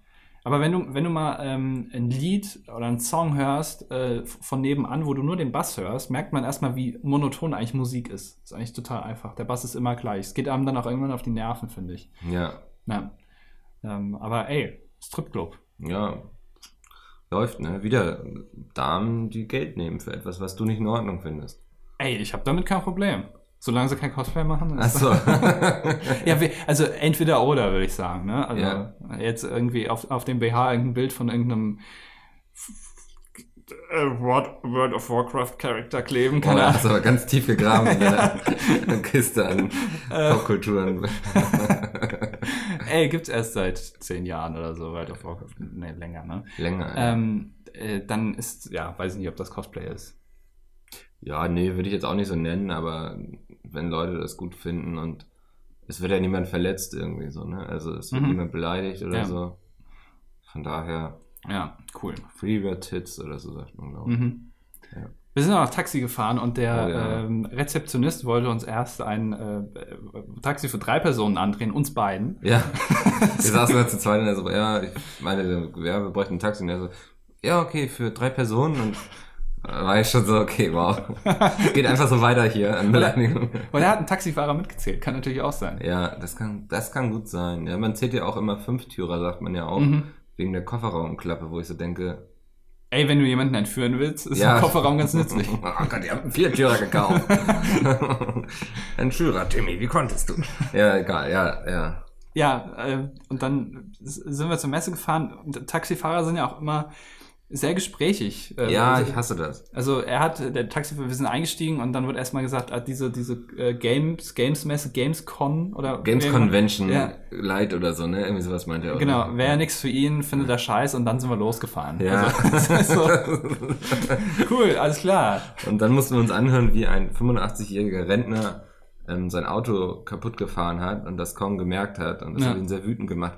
Speaker 2: Aber wenn du, wenn du mal ähm, ein Lied oder einen Song hörst äh, von nebenan, wo du nur den Bass hörst, merkt man erstmal, wie monoton eigentlich Musik ist. Ist eigentlich total einfach. Der Bass ist immer gleich. Es geht einem dann auch irgendwann auf die Nerven, finde ich.
Speaker 1: Ja.
Speaker 2: Ja. Ähm, aber ey, Stripclub.
Speaker 1: Ja. Läuft, ne? Wieder Damen, die Geld nehmen für etwas, was du nicht in Ordnung findest.
Speaker 2: Ey, ich habe damit kein Problem. Solange sie kein Cosplay machen.
Speaker 1: Ach
Speaker 2: ist-
Speaker 1: so.
Speaker 2: Ja, wir- also entweder oder, würde ich sagen. Ne? Also
Speaker 1: Ja.
Speaker 2: jetzt irgendwie auf, auf dem BH irgendein Bild von irgendeinem äh, World, World of Warcraft Charakter kleben,
Speaker 1: Boah,
Speaker 2: keine
Speaker 1: da
Speaker 2: Ahnung.
Speaker 1: hast du aber ganz tief gegraben in deiner Kiste an Äh. Popkulturen.
Speaker 2: Äh, Ey, gibt's erst seit zehn Jahren oder so, World of Warcraft. Nee, länger, ne?
Speaker 1: Länger. Alter.
Speaker 2: Ähm, äh, dann ist, ja, weiß ich nicht, ob das Cosplay ist.
Speaker 1: Ja, nee, würde ich jetzt auch nicht so nennen, aber wenn Leute das gut finden und es wird ja niemand verletzt irgendwie so, ne? Also es wird
Speaker 2: Mhm.
Speaker 1: niemand beleidigt oder
Speaker 2: Ja.
Speaker 1: so. Von daher,
Speaker 2: Ja, cool.
Speaker 1: Free Your Tits oder so sagt man, glaube ich.
Speaker 2: Mhm.
Speaker 1: Ja.
Speaker 2: Wir sind auch noch Taxi gefahren und der
Speaker 1: Oh, ja.
Speaker 2: ähm, Rezeptionist wollte uns erst ein äh, äh, Taxi für drei Personen andrehen, uns beiden.
Speaker 1: Ja, wir saßen da zu zweit und er so, ja, ich meine, ja, wir bräuchten ein Taxi und er so, ja, okay, für drei Personen und war ich schon so, okay, wow. Geht einfach so weiter hier an Beleidigung.
Speaker 2: Weil er hat einen Taxifahrer mitgezählt, kann natürlich auch sein.
Speaker 1: Ja, das kann, das kann gut sein. Ja, man zählt ja auch immer Fünftürer, sagt man ja auch,
Speaker 2: Mhm.
Speaker 1: wegen der Kofferraumklappe, wo ich so denke,
Speaker 2: Ey, wenn du jemanden entführen willst, ist
Speaker 1: Ja.
Speaker 2: der Kofferraum ganz nützlich.
Speaker 1: Oh Gott, ihr habt einen Viertürer gekauft. Ein Führer, Timmy, wie konntest du? Ja, egal, ja, ja.
Speaker 2: Ja, äh, und dann s- sind wir zur Messe gefahren. Und Taxifahrer sind ja auch immer sehr gesprächig. Äh,
Speaker 1: Ja,
Speaker 2: also,
Speaker 1: ich hasse das.
Speaker 2: also er hat, der Taxifahrer, wir sind eingestiegen und dann wird erstmal gesagt, ah, diese, diese äh, Games, Games-Messe, Gamescon oder
Speaker 1: Games Convention
Speaker 2: Ja.
Speaker 1: Light oder so, ne? Irgendwie sowas meint er. oder?
Speaker 2: Genau, wäre ja nichts für ihn, findet er scheiße und dann sind wir losgefahren.
Speaker 1: Ja.
Speaker 2: Also, das ist so, cool, alles klar.
Speaker 1: Und dann mussten wir uns anhören, wie ein 85-jähriger Rentner ähm, sein Auto kaputt gefahren hat und das kaum gemerkt hat. Und das
Speaker 2: Ja.
Speaker 1: hat ihn sehr wütend gemacht.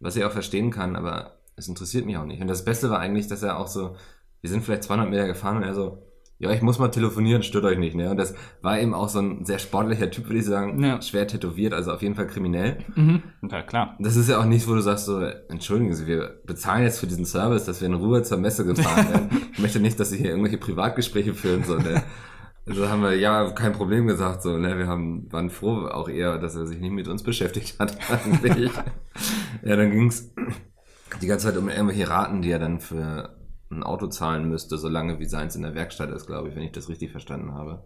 Speaker 1: Was ich auch verstehen kann, aber es interessiert mich auch nicht. Und das Beste war eigentlich, dass er auch so, wir sind vielleicht 200 Meter gefahren und er so, ja, ich muss mal telefonieren, stört euch nicht, ne? Und das war eben auch so ein sehr sportlicher Typ, würde ich sagen.
Speaker 2: Ja.
Speaker 1: Schwer tätowiert, also auf jeden Fall kriminell.
Speaker 2: Mhm. Ja, klar.
Speaker 1: Das ist ja auch nicht, wo du sagst so, entschuldigen Sie, wir bezahlen jetzt für diesen Service, dass wir in Ruhe zur Messe gefahren werden. Ich möchte nicht, dass Sie hier irgendwelche Privatgespräche führen, so, ne? Also haben wir, ja, kein Problem gesagt, so, ne? Wir haben, waren froh auch eher, dass er sich nicht mit uns beschäftigt hat, eigentlich. ja, dann ging's die ganze Zeit um irgendwelche Raten, die er dann für ein Auto zahlen müsste, solange wie seins in der Werkstatt ist, glaube ich, wenn ich das richtig verstanden habe.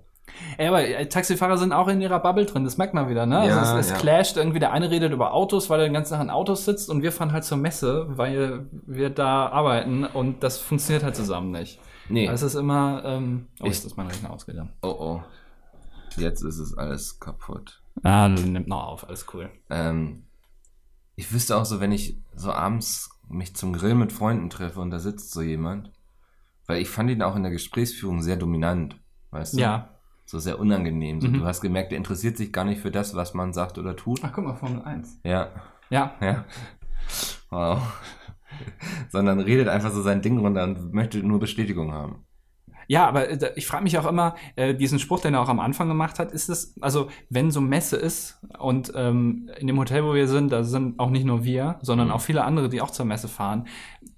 Speaker 2: Ey, aber äh, Taxifahrer sind auch in ihrer Bubble drin, das merkt man wieder, ne?
Speaker 1: Ja,
Speaker 2: also es, es
Speaker 1: ja.
Speaker 2: clasht irgendwie, der eine redet über Autos, weil er den ganzen Tag in Autos sitzt und wir fahren halt zur Messe, weil wir da arbeiten und das funktioniert halt zusammen nicht.
Speaker 1: Nee.
Speaker 2: Es ist immer, ähm, oh,
Speaker 1: Ich-
Speaker 2: jetzt ist mein Rechner ausgegangen.
Speaker 1: Oh oh.
Speaker 2: kaputt.
Speaker 1: Jetzt ist es alles kaputt.
Speaker 2: Ah, nimmt noch auf, alles cool.
Speaker 1: Ähm, ich wüsste auch so, wenn ich so abends mich zum Grill mit Freunden treffe und da sitzt so jemand, weil ich fand ihn auch in der Gesprächsführung sehr dominant, weißt du?
Speaker 2: Ja.
Speaker 1: So sehr unangenehm. So,
Speaker 2: Mhm. Ah.
Speaker 1: Du hast gemerkt, der interessiert sich gar nicht für das, was man sagt oder tut.
Speaker 2: Ach, guck mal, Formel 1.
Speaker 1: Ja,
Speaker 2: Ja.
Speaker 1: ja. Wow. Sondern redet einfach so sein Ding runter und möchte nur Bestätigung haben.
Speaker 2: Ja, aber äh, da- ich frage mich auch immer, äh, diesen Spruch, den er auch am Anfang gemacht hat, ist es, also wenn so Messe ist und ähm, in dem Hotel, wo wir sind, da sind auch nicht nur wir, sondern
Speaker 1: Mhm.
Speaker 2: auch viele andere, die auch zur Messe fahren,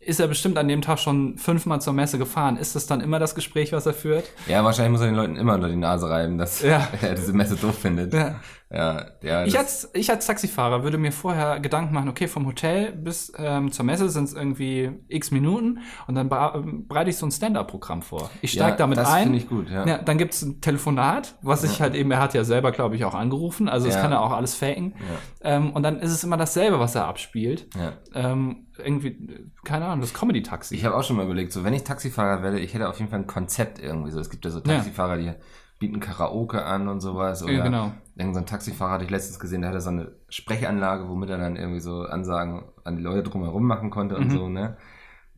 Speaker 2: ist er bestimmt an dem Tag schon fünfmal zur Messe gefahren. Ist das dann immer das Gespräch, was er führt?
Speaker 1: Ja, wahrscheinlich muss er den Leuten immer unter die Nase reiben, dass
Speaker 2: Ja.
Speaker 1: er diese Messe doof findet. Ja, ja.
Speaker 2: Ich
Speaker 1: das-
Speaker 2: als, ich als Taxifahrer würde mir vorher Gedanken machen, okay, vom Hotel bis ähm, zur Messe sind es irgendwie x Minuten und dann bra- ähm, bereite ich so ein Stand-up-Programm vor. Ich steige
Speaker 1: ja,
Speaker 2: damit
Speaker 1: das
Speaker 2: ein.
Speaker 1: finde ich gut, ja.
Speaker 2: Ja, dann gibt's ein Telefonat, was ich halt eben, er hat ja selber, glaube ich, auch angerufen, also das
Speaker 1: Ja.
Speaker 2: kann er auch alles faken. Ähm, und dann ist es immer dasselbe, was er abspielt.
Speaker 1: ja.
Speaker 2: Ähm, irgendwie, äh, keine Ahnung, das Comedy-Taxi.
Speaker 1: Ich habe auch schon mal überlegt, so wenn ich Taxifahrer werde, ich hätte auf jeden Fall ein Konzept irgendwie. So, es gibt ja so
Speaker 2: Ja.
Speaker 1: Taxifahrer, die bieten Karaoke an und sowas. Oder
Speaker 2: Ja, genau.
Speaker 1: Irgend so ein Taxifahrer hatte ich letztens gesehen, der hatte so eine Sprechanlage, womit er dann irgendwie so Ansagen an die Leute drumherum machen konnte und
Speaker 2: Mhm.
Speaker 1: so, ne?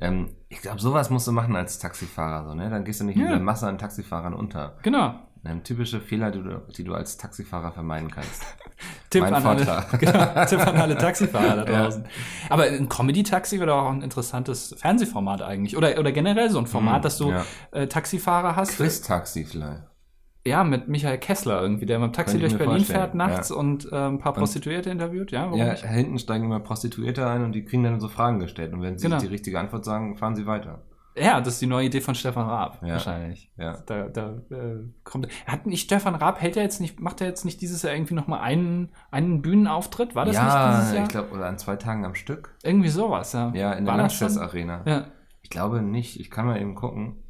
Speaker 1: Ähm, ich glaube, sowas musst du machen als Taxifahrer, so, ne? Dann gehst du nicht
Speaker 2: Ja.
Speaker 1: in der Masse an Taxifahrern unter.
Speaker 2: Genau.
Speaker 1: Ein typischer Fehler, die du, die du als Taxifahrer vermeiden kannst.
Speaker 2: Tipp,
Speaker 1: Mein
Speaker 2: an alle,
Speaker 1: Vortrag.
Speaker 2: genau, Tipp an alle Taxifahrer da
Speaker 1: Ja.
Speaker 2: draußen. Aber ein Comedy-Taxi wäre doch auch ein interessantes Fernsehformat eigentlich. Oder, oder generell so ein Format,
Speaker 1: Mhm,
Speaker 2: dass du
Speaker 1: ja.
Speaker 2: äh, Taxifahrer hast.
Speaker 1: Quiz-Taxi vielleicht.
Speaker 2: Ja, mit Michael Kessler irgendwie, der mit dem Taxi
Speaker 1: Könnte ich
Speaker 2: durch
Speaker 1: mir
Speaker 2: Berlin
Speaker 1: vorstellen,
Speaker 2: fährt nachts
Speaker 1: ja.
Speaker 2: und äh, ein paar Prostituierte interviewt. Ja, warum
Speaker 1: Ja,
Speaker 2: nicht?
Speaker 1: hinten steigen immer Prostituierte ein und die kriegen dann so Fragen gestellt. Und wenn sie
Speaker 2: Genau.
Speaker 1: die richtige Antwort sagen, fahren sie weiter.
Speaker 2: ja, das ist die neue Idee von Stefan Raab
Speaker 1: Ja.
Speaker 2: wahrscheinlich.
Speaker 1: Ja.
Speaker 2: Da, da äh, kommt. Hat nicht Stefan Raab hält er jetzt nicht, macht er jetzt nicht dieses Jahr irgendwie nochmal einen, einen Bühnenauftritt? War das nicht
Speaker 1: ja,
Speaker 2: dieses Jahr?
Speaker 1: ich glaube, oder an zwei Tagen am Stück.
Speaker 2: irgendwie sowas, ja.
Speaker 1: Ja, in
Speaker 2: War
Speaker 1: der
Speaker 2: das schon?
Speaker 1: Lanxess Arena.
Speaker 2: Ja.
Speaker 1: Ich glaube nicht. Ich kann mal eben gucken.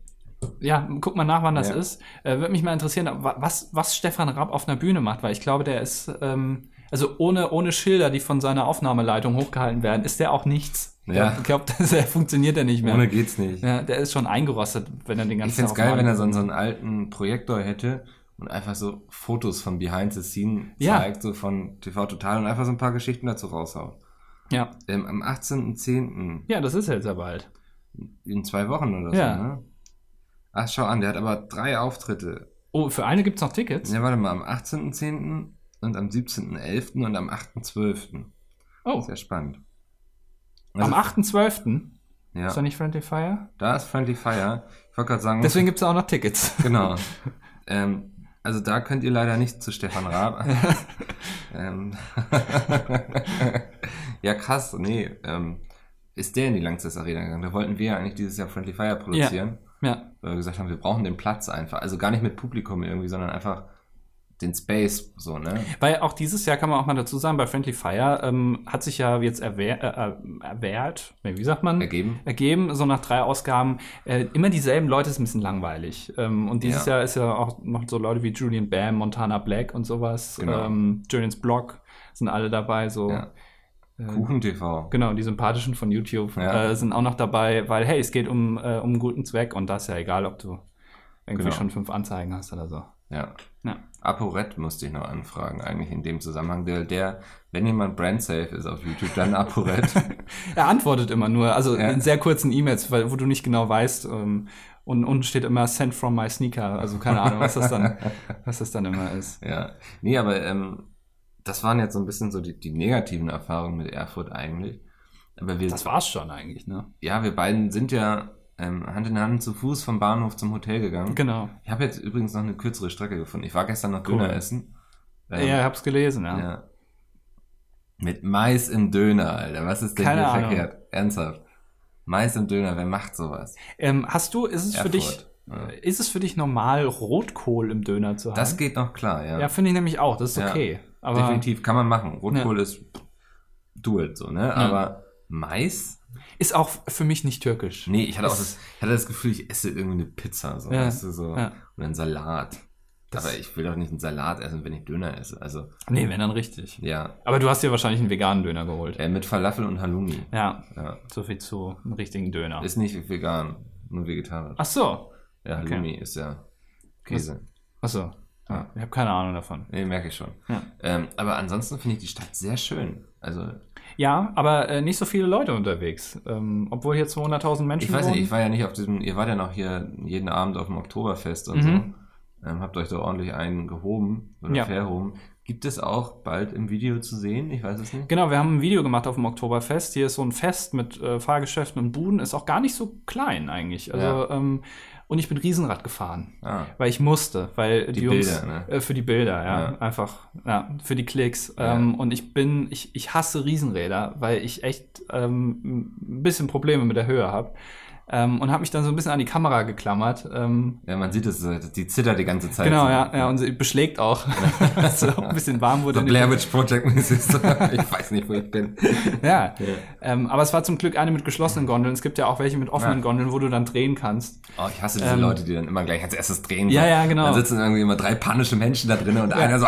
Speaker 2: Ja, guck mal nach, wann das
Speaker 1: Ja.
Speaker 2: ist. Äh, Würde mich mal interessieren, wa- was, was Stefan Raab auf einer Bühne macht, weil ich glaube, der ist, ähm, also ohne, ohne Schilder, die von seiner Aufnahmeleitung hochgehalten werden, ist der auch nichts.
Speaker 1: Ja.
Speaker 2: Ich glaube, der funktioniert ja nicht mehr.
Speaker 1: Ohne geht's nicht.
Speaker 2: ja, der ist schon eingerostet, wenn er den ganzen
Speaker 1: ich find's
Speaker 2: auf
Speaker 1: geil,
Speaker 2: dem
Speaker 1: wenn er
Speaker 2: Wagen-
Speaker 1: so einen, so einen alten Projektor hätte und einfach so Fotos von Behind the Scene
Speaker 2: Ja.
Speaker 1: zeigt, so von TV Total und einfach so ein paar Geschichten dazu raushaut.
Speaker 2: Ja.
Speaker 1: Ähm, am 18.10.
Speaker 2: ja, das ist jetzt ja bald.
Speaker 1: in zwei Wochen oder
Speaker 2: Ja.
Speaker 1: so, ne? Ach, schau an, der hat aber drei Auftritte.
Speaker 2: Oh, für eine gibt's noch Tickets?
Speaker 1: Ja, warte mal, am 18.10. und am 17.11. und am 8.12.
Speaker 2: oh,
Speaker 1: Sehr spannend. Also,
Speaker 2: am 8.12.
Speaker 1: Ja,
Speaker 2: Ist da nicht Friendly Fire?
Speaker 1: da ist Friendly Fire. Ich wollte gerade sagen,
Speaker 2: Deswegen gibt's da auch noch Tickets.
Speaker 1: genau. ähm, also da könnt ihr leider nicht zu Stefan Raab. ähm, ja, krass, nee. Ähm, ist der in die Lanxess Arena gegangen? Da wollten wir ja eigentlich dieses Jahr Friendly Fire produzieren.
Speaker 2: ja.
Speaker 1: Weil wir gesagt haben, wir brauchen den Platz einfach. Also gar nicht mit Publikum irgendwie, sondern einfach den Space, so, ne?
Speaker 2: Weil auch dieses Jahr kann man auch mal dazu sagen, bei Friendly Fire ähm, hat sich ja jetzt erwehr, äh, erwehrt, nee, wie sagt man?
Speaker 1: Ergeben.
Speaker 2: ergeben, so nach drei Ausgaben. Äh, immer dieselben Leute ist ein bisschen langweilig. Ähm, und dieses
Speaker 1: Ja.
Speaker 2: Jahr ist ja auch noch so Leute wie Julian Bam, Montana Black und sowas.
Speaker 1: Genau.
Speaker 2: Ähm, Julians Blog sind alle dabei. So.
Speaker 1: Ja.
Speaker 2: Äh,
Speaker 1: Kuchen TV.
Speaker 2: Genau, die Sympathischen von YouTube
Speaker 1: Ja.
Speaker 2: äh, sind auch noch dabei, weil hey, es geht um, äh, um einen guten Zweck und das ist ja egal, ob du irgendwie
Speaker 1: Genau.
Speaker 2: schon fünf Anzeigen hast oder so.
Speaker 1: Ja.
Speaker 2: Ja.
Speaker 1: ApoRed musste ich noch anfragen, eigentlich in dem Zusammenhang, der, der wenn jemand brandsafe ist auf YouTube, dann ApoRed.
Speaker 2: Er antwortet immer nur, also
Speaker 1: Ja.
Speaker 2: in sehr kurzen E-Mails, weil- wo du nicht genau weißt. Ähm, und unten steht immer Send from my sneaker. Also keine Ahnung, was das dann, was das dann immer ist.
Speaker 1: ja. Nee, aber ähm, das waren jetzt so ein bisschen so die, die negativen Erfahrungen mit Erfurt eigentlich. Aber wir,
Speaker 2: Das war's schon eigentlich, ne?
Speaker 1: ja, wir beiden sind ja ähm, Hand in Hand zu Fuß vom Bahnhof zum Hotel gegangen.
Speaker 2: Genau.
Speaker 1: Ich habe jetzt übrigens noch eine kürzere Strecke gefunden. Ich war gestern noch
Speaker 2: Cool.
Speaker 1: Döner essen.
Speaker 2: Ja, ich hab's gelesen, ja.
Speaker 1: Ähm, ja. Mit Mais im Döner, Alter. Was ist denn
Speaker 2: Keine
Speaker 1: hier
Speaker 2: Ahnung.
Speaker 1: verkehrt? Ernsthaft. Mais im Döner, wer macht sowas?
Speaker 2: Ähm, hast du, ist es für dich,
Speaker 1: Erfurt, ja.
Speaker 2: ist es für dich normal, Rotkohl im Döner zu haben?
Speaker 1: Das geht noch klar, ja.
Speaker 2: Ja, finde ich nämlich auch, das ist
Speaker 1: Ja.
Speaker 2: okay. Aber
Speaker 1: Definitiv kann man machen. Rotkohl ist do it so, ne? Aber Mais?
Speaker 2: ist auch für mich nicht türkisch.
Speaker 1: Nee, ich hatte auch
Speaker 2: Es-
Speaker 1: das, ich hatte das Gefühl, ich esse irgendwie eine Pizza, so,
Speaker 2: Ja,
Speaker 1: weißt du, so.
Speaker 2: ja.
Speaker 1: Und einen Salat.
Speaker 2: Das-
Speaker 1: Aber ich will doch nicht einen Salat essen, wenn ich Döner esse. Also,
Speaker 2: Nee, wenn dann richtig.
Speaker 1: ja.
Speaker 2: Aber du hast dir wahrscheinlich einen veganen Döner geholt.
Speaker 1: Äh, mit Falafel und Halloumi.
Speaker 2: Ja,
Speaker 1: Ja.
Speaker 2: so viel zu einem richtigen Döner.
Speaker 1: Ist nicht vegan, nur vegetarisch.
Speaker 2: Ach so.
Speaker 1: Ja,
Speaker 2: okay.
Speaker 1: Halloumi ist ja Käse.
Speaker 2: Ach so.
Speaker 1: Ah.
Speaker 2: Ich habe keine Ahnung davon.
Speaker 1: Nee, merke ich schon.
Speaker 2: Ja.
Speaker 1: Ähm, aber ansonsten finde ich die Stadt sehr schön. Also,
Speaker 2: Ja, aber äh, nicht so viele Leute unterwegs. Ähm, obwohl hier 200.000 Menschen
Speaker 1: ich weiß nicht,
Speaker 2: wohnen.
Speaker 1: ich war ja nicht auf diesem, ihr wart ja noch hier jeden Abend auf dem Oktoberfest und
Speaker 2: Mhm.
Speaker 1: so. Ähm, habt euch da ordentlich einen gehoben oder
Speaker 2: Ja.
Speaker 1: verhoben. Gibt es auch bald im Video zu sehen? Ich weiß es nicht.
Speaker 2: Genau, wir haben ein Video gemacht auf dem Oktoberfest. Hier ist so ein Fest mit äh, Fahrgeschäften und Buden. Ist auch gar nicht so klein eigentlich. Also,
Speaker 1: Ja.
Speaker 2: ähm, und ich bin Riesenrad gefahren,
Speaker 1: Ah,
Speaker 2: weil ich musste, weil
Speaker 1: Die
Speaker 2: die, Jungs
Speaker 1: Bilder, ne?
Speaker 2: äh, für die Bilder, ja,
Speaker 1: Ja.
Speaker 2: einfach ja, für die Klicks.
Speaker 1: Ja.
Speaker 2: Ähm, und ich bin, ich, ich hasse Riesenräder, weil ich echt ähm, ein bisschen Probleme mit der Höhe habe. Ähm, und habe mich dann so ein bisschen an die Kamera geklammert. Ähm,
Speaker 1: ja, man sieht es, äh, die zittert die ganze Zeit.
Speaker 2: Genau,
Speaker 1: so.
Speaker 2: ja, ja, und sie beschlägt auch. Dass es auch ein bisschen warm wurde.
Speaker 1: So Blair Witch Project mäßig. so. ich weiß nicht, wo ich bin. Ja.
Speaker 2: ja. Ähm, aber es war zum Glück eine mit geschlossenen Gondeln. Es gibt ja auch welche mit offenen
Speaker 1: Ja.
Speaker 2: Gondeln, wo du dann drehen kannst.
Speaker 1: Oh, ich hasse diese
Speaker 2: Ähm.
Speaker 1: Leute, die dann immer gleich als erstes drehen.
Speaker 2: Ja, ja, genau.
Speaker 1: Dann sitzen irgendwie immer drei panische Menschen da drinnen und einer so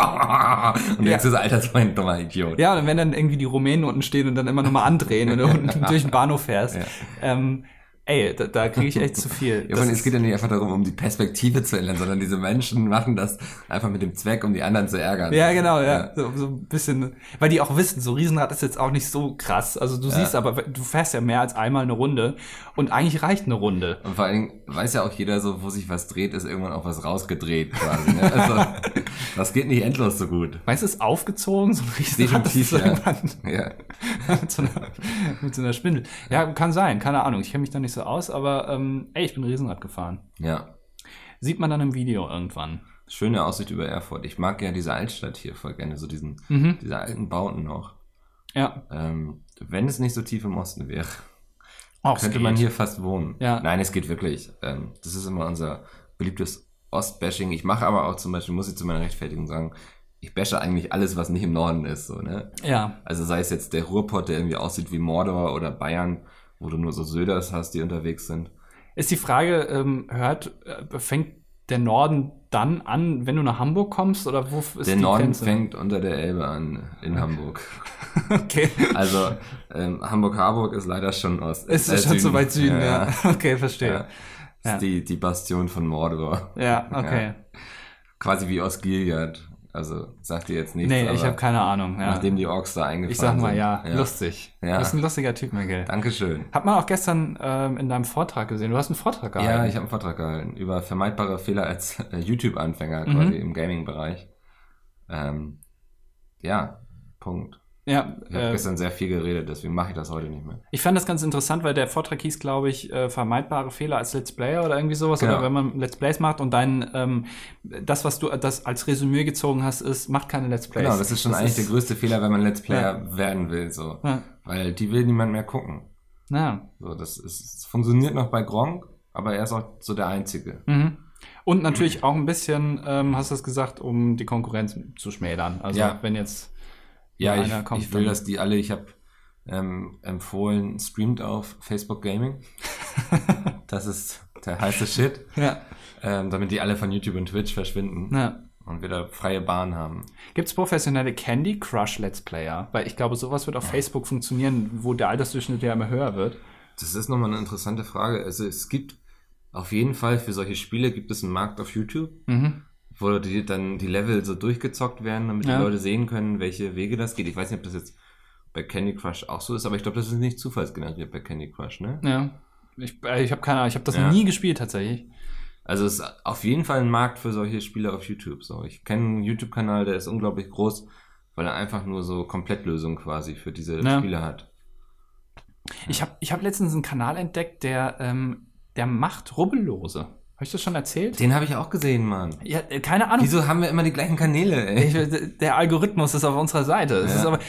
Speaker 1: und du
Speaker 2: Ja.
Speaker 1: denkst dir so, Alter, das war ein dummer Idiot.
Speaker 2: Ja, und wenn dann irgendwie die Rumänen unten stehen und dann immer nochmal andrehen, wenn du unten durch den Bahnhof fährst.
Speaker 1: Ja.
Speaker 2: Ähm, ey, da, da kriege ich echt zu viel.
Speaker 1: Ja,
Speaker 2: Das
Speaker 1: und es
Speaker 2: ist-
Speaker 1: geht ja nicht einfach darum, um die Perspektive zu ändern, sondern diese Menschen machen das einfach mit dem Zweck, um die anderen zu ärgern.
Speaker 2: ja, genau, ja. So, so ein bisschen, weil die auch wissen, so Riesenrad ist jetzt auch nicht so krass. Also du siehst aber, du fährst ja mehr als einmal eine Runde und eigentlich reicht eine Runde.
Speaker 1: Und vor allen Dingen weiß ja auch jeder so, wo sich was dreht, ist irgendwann auch was rausgedreht quasi. Ne? Also, das geht nicht endlos so gut.
Speaker 2: Meinst du, ist aufgezogen, so ein Riesenrad? das
Speaker 1: Definitiv,
Speaker 2: ist
Speaker 1: ja.
Speaker 2: irgendwann-
Speaker 1: Ja.
Speaker 2: mit, so einer, mit so einer Spindel. Ja, kann sein, keine Ahnung. Ich kenne mich da nicht so aus, aber ähm, ey, ich bin Riesenrad gefahren.
Speaker 1: ja.
Speaker 2: Sieht man dann im Video irgendwann.
Speaker 1: Schöne Aussicht über Erfurt. Ich mag ja diese Altstadt hier voll gerne, so diesen,
Speaker 2: Mhm.
Speaker 1: diese alten Bauten noch.
Speaker 2: Ja,
Speaker 1: Ähm, wenn es nicht so tief im Osten wäre,
Speaker 2: auch
Speaker 1: könnte man hier fast wohnen.
Speaker 2: Ja.
Speaker 1: Nein, es geht wirklich. Ähm, das ist immer unser beliebtes Ostbashing. Ich mache aber auch zum Beispiel, muss ich zu meiner Rechtfertigung sagen, ich bashe eigentlich alles, was nicht im Norden ist. So, ne?
Speaker 2: Ja,
Speaker 1: Also sei es jetzt der Ruhrpott, der irgendwie aussieht wie Mordor oder Bayern, wo du nur so Söders hast, die unterwegs sind.
Speaker 2: ist die Frage, ähm, hört, äh, fängt der Norden dann an, wenn du nach Hamburg kommst oder wo f- ist
Speaker 1: der
Speaker 2: die
Speaker 1: Norden
Speaker 2: Grenze?
Speaker 1: fängt unter der Elbe an in Hamburg.
Speaker 2: Okay,
Speaker 1: Also ähm, Hamburg-Harburg ist leider schon Ost.
Speaker 2: ist
Speaker 1: äh,
Speaker 2: das schon zu
Speaker 1: Süden.
Speaker 2: weit Süden, ja.
Speaker 1: ja.
Speaker 2: Okay, verstehe.
Speaker 1: ja.
Speaker 2: Ja.
Speaker 1: Ist die, die Bastion von Mordor.
Speaker 2: Ja, okay.
Speaker 1: Quasi wie aus Gilead. Also sagt ihr jetzt nichts.
Speaker 2: nee, ich
Speaker 1: aber-
Speaker 2: habe keine Ahnung. Ja.
Speaker 1: nachdem die Orks da eingefahren
Speaker 2: ich sag mal,
Speaker 1: sind.
Speaker 2: ja, lustig.
Speaker 1: Ja.
Speaker 2: Du bist ein lustiger Typ, Miguel.
Speaker 1: Dankeschön.
Speaker 2: Hat man auch gestern ähm, in deinem Vortrag gesehen. Du hast einen Vortrag gehalten.
Speaker 1: Ja, ich habe einen Vortrag gehalten über vermeidbare Fehler als äh, YouTube-Anfänger
Speaker 2: Mhm.
Speaker 1: quasi im Gaming-Bereich. Ähm, ja, Punkt.
Speaker 2: Ja,
Speaker 1: Ich habe
Speaker 2: äh,
Speaker 1: gestern sehr viel geredet, deswegen mache ich das heute nicht mehr.
Speaker 2: ich fand das ganz interessant, weil der Vortrag hieß, glaube ich, äh, vermeidbare Fehler als Let's Player oder irgendwie sowas.
Speaker 1: Genau.
Speaker 2: Oder wenn man Let's Plays macht und dein, ähm, das, was du äh, das als Resümee gezogen hast, ist, macht keine Let's Plays.
Speaker 1: Genau, das ist schon eigentlich der größte Fehler, wenn man Let's Player werden will, so.
Speaker 2: Ja,
Speaker 1: Weil die will niemand mehr gucken.
Speaker 2: ja.
Speaker 1: So, das ist, es funktioniert noch bei Gronk, aber er ist auch so der Einzige.
Speaker 2: Mhm. Und natürlich auch ein bisschen, ähm, hast du es gesagt, um die Konkurrenz zu schmälern. Also
Speaker 1: Ja.
Speaker 2: wenn jetzt
Speaker 1: Ja,
Speaker 2: nur
Speaker 1: ich,
Speaker 2: einer kommt,
Speaker 1: ich will,
Speaker 2: dann-
Speaker 1: dass die alle, ich habe ähm, empfohlen, streamt auf Facebook Gaming. das ist der heiße Shit,
Speaker 2: ja.
Speaker 1: ähm, damit die alle von YouTube und Twitch verschwinden
Speaker 2: Ja.
Speaker 1: und wieder freie Bahn haben.
Speaker 2: Gibt es professionelle Candy Crush Let's Player? Weil ich glaube, sowas wird auf Facebook funktionieren, wo der Altersdurchschnitt ja immer höher wird.
Speaker 1: Das ist nochmal eine interessante Frage. Also es gibt auf jeden Fall für solche Spiele gibt es einen Markt auf YouTube,
Speaker 2: Mhm.
Speaker 1: wo die dann die Level so durchgezockt werden, damit
Speaker 2: Ja.
Speaker 1: die Leute sehen können, welche Wege das geht. Ich weiß nicht, ob das jetzt bei Candy Crush auch so ist, aber ich glaube, das ist nicht zufallsgeneriert bei Candy Crush, ne?
Speaker 2: Ja. Ich, äh, ich habe keine Ahnung, ich habe das
Speaker 1: Ja.
Speaker 2: noch nie gespielt tatsächlich.
Speaker 1: Also es ist auf jeden Fall ein Markt für solche Spiele auf YouTube. So, ich kenne einen YouTube-Kanal, der ist unglaublich groß, weil er einfach nur so Komplettlösungen quasi für diese
Speaker 2: Ja.
Speaker 1: Spiele hat.
Speaker 2: Ich habe ich hab letztens einen Kanal entdeckt, der, ähm, der macht Rubbellose. Habe ich das schon erzählt?
Speaker 1: Den habe ich auch gesehen, Mann.
Speaker 2: Ja, äh, keine Ahnung.
Speaker 1: Wieso haben wir immer die gleichen Kanäle, ey?
Speaker 2: Ich, der Algorithmus ist auf unserer Seite. Es
Speaker 1: Ja.
Speaker 2: ist aber,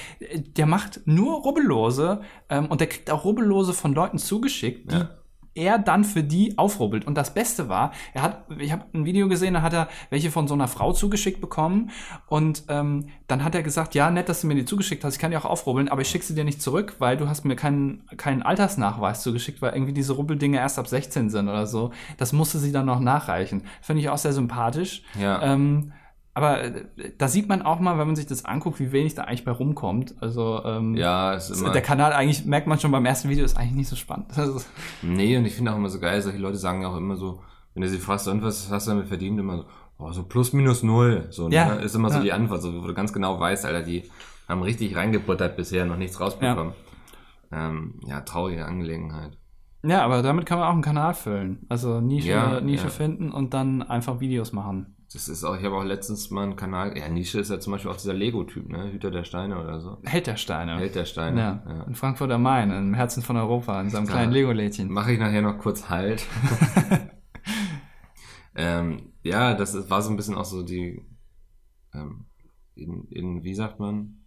Speaker 2: der macht nur Rubbellose ähm, und der kriegt auch Rubbellose von Leuten zugeschickt, die
Speaker 1: Ja.
Speaker 2: er dann für die aufrubbelt. Und das Beste war, er hat, ich habe ein Video gesehen, da hat er welche von so einer Frau zugeschickt bekommen und ähm, dann hat er gesagt, ja, nett, dass du mir die zugeschickt hast, ich kann die auch aufrubbeln, aber ich schicke sie dir nicht zurück, weil du hast mir keinen, keinen Altersnachweis zugeschickt, weil irgendwie diese Rubbeldinge erst ab 16 sind oder so. Das musste sie dann noch nachreichen. Finde ich auch sehr sympathisch.
Speaker 1: Ja.
Speaker 2: Ähm, aber äh, da sieht man auch mal, wenn man sich das anguckt, wie wenig da eigentlich bei rumkommt. Also ähm,
Speaker 1: ja, ist
Speaker 2: ist-
Speaker 1: immer.
Speaker 2: der Kanal eigentlich, merkt man schon beim ersten Video, ist eigentlich nicht so spannend. Also,
Speaker 1: Nee, und ich finde auch immer so geil, solche Leute sagen ja auch immer so, Wenn du sie fragst, und was hast du damit verdient, immer so, oh, so plus minus null. So,
Speaker 2: Ja,
Speaker 1: ne? Ist immer so
Speaker 2: ja.
Speaker 1: die Antwort, so, wo du ganz genau weißt, Alter, die haben richtig reingebuttert bisher, noch nichts rausbekommen. Ja, ähm, ja traurige Angelegenheit.
Speaker 2: Ja, aber damit kann man auch einen Kanal füllen. Also Nische,
Speaker 1: Ja,
Speaker 2: Nische
Speaker 1: ja.
Speaker 2: finden und dann einfach Videos machen.
Speaker 1: Das ist auch, ich habe auch letztens mal einen Kanal, ja, Nische ist ja zum Beispiel auch dieser Lego-Typ, ne? Hüter der Steine oder so.
Speaker 2: Held der Steine.
Speaker 1: Held der Steine.
Speaker 2: ja. In Frankfurt am Main, im Herzen von Europa, in seinem kleinen
Speaker 1: Ja.
Speaker 2: Lego-Lädchen.
Speaker 1: Mache ich nachher noch kurz Halt. ähm, ja, das ist, war so ein bisschen auch so die, ähm, in, in, wie sagt man,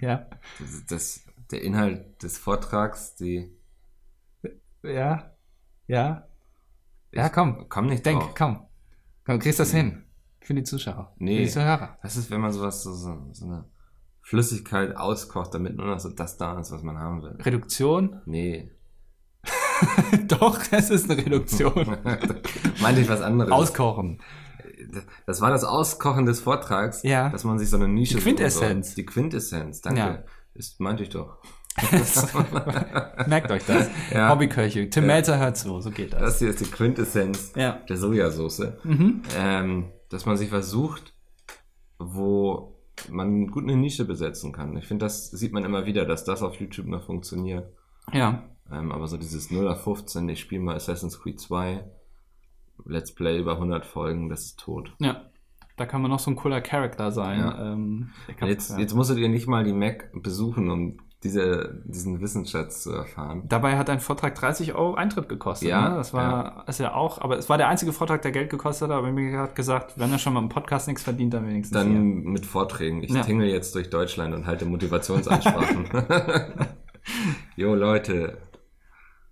Speaker 2: Ja.
Speaker 1: das, das, der Inhalt des Vortrags, die,
Speaker 2: Ja. Ja.
Speaker 1: ich Oh.
Speaker 2: Ja, komm.
Speaker 1: komm nicht
Speaker 2: Denk,
Speaker 1: drauf.
Speaker 2: komm. Komm, kriegst das hin. Für die Zuschauer.
Speaker 1: Nee.
Speaker 2: Für die Zuhörer.
Speaker 1: Das ist, wenn man sowas, so, so, so eine Flüssigkeit auskocht, damit nur noch so das da ist, was man haben will.
Speaker 2: Reduktion?
Speaker 1: Nee.
Speaker 2: Doch, es ist eine Reduktion.
Speaker 1: Meinte ich was anderes.
Speaker 2: Auskochen.
Speaker 1: das war das Auskochen des Vortrags,
Speaker 2: Ja.
Speaker 1: dass man sich so eine Nische...
Speaker 2: Die
Speaker 1: suchen soll.
Speaker 2: Quintessenz.
Speaker 1: Die Quintessenz, danke.
Speaker 2: Ja.
Speaker 1: Ist, meinte ich doch.
Speaker 2: Merkt euch das.
Speaker 1: Ja.
Speaker 2: Hobbyköche. Tim Melzer hört so, so geht das.
Speaker 1: Das hier ist die Quintessenz
Speaker 2: Ja.
Speaker 1: der Sojasauce. Ähm, dass man sich was sucht, wo man gut eine Nische besetzen kann. Ich finde, das sieht man immer wieder, dass das auf YouTube noch funktioniert.
Speaker 2: Ja.
Speaker 1: Ähm, aber so dieses 0 auf 15, ich spiele mal Assassin's Creed 2, Let's Play über 100 Folgen, das ist tot.
Speaker 2: Ja. Da kann man noch so ein cooler Charakter sein.
Speaker 1: Ja.
Speaker 2: Ähm, ich glaub,
Speaker 1: Jetzt,
Speaker 2: ja.
Speaker 1: jetzt musstet ihr nicht mal die Mac besuchen, um diese, diesen Wissensschatz zu erfahren.
Speaker 2: Dabei hat ein Vortrag 30 Euro Eintritt gekostet.
Speaker 1: Ja,
Speaker 2: ne? das war ist ja auch, aber es war der einzige Vortrag, der Geld gekostet hat. Aber mir hat gesagt, wenn er schon mal im Podcast nichts verdient, dann wenigstens
Speaker 1: Dann
Speaker 2: hier.
Speaker 1: mit Vorträgen. Ich
Speaker 2: Ja.
Speaker 1: tingle jetzt durch Deutschland und halte Motivationsansprachen. jo, Leute,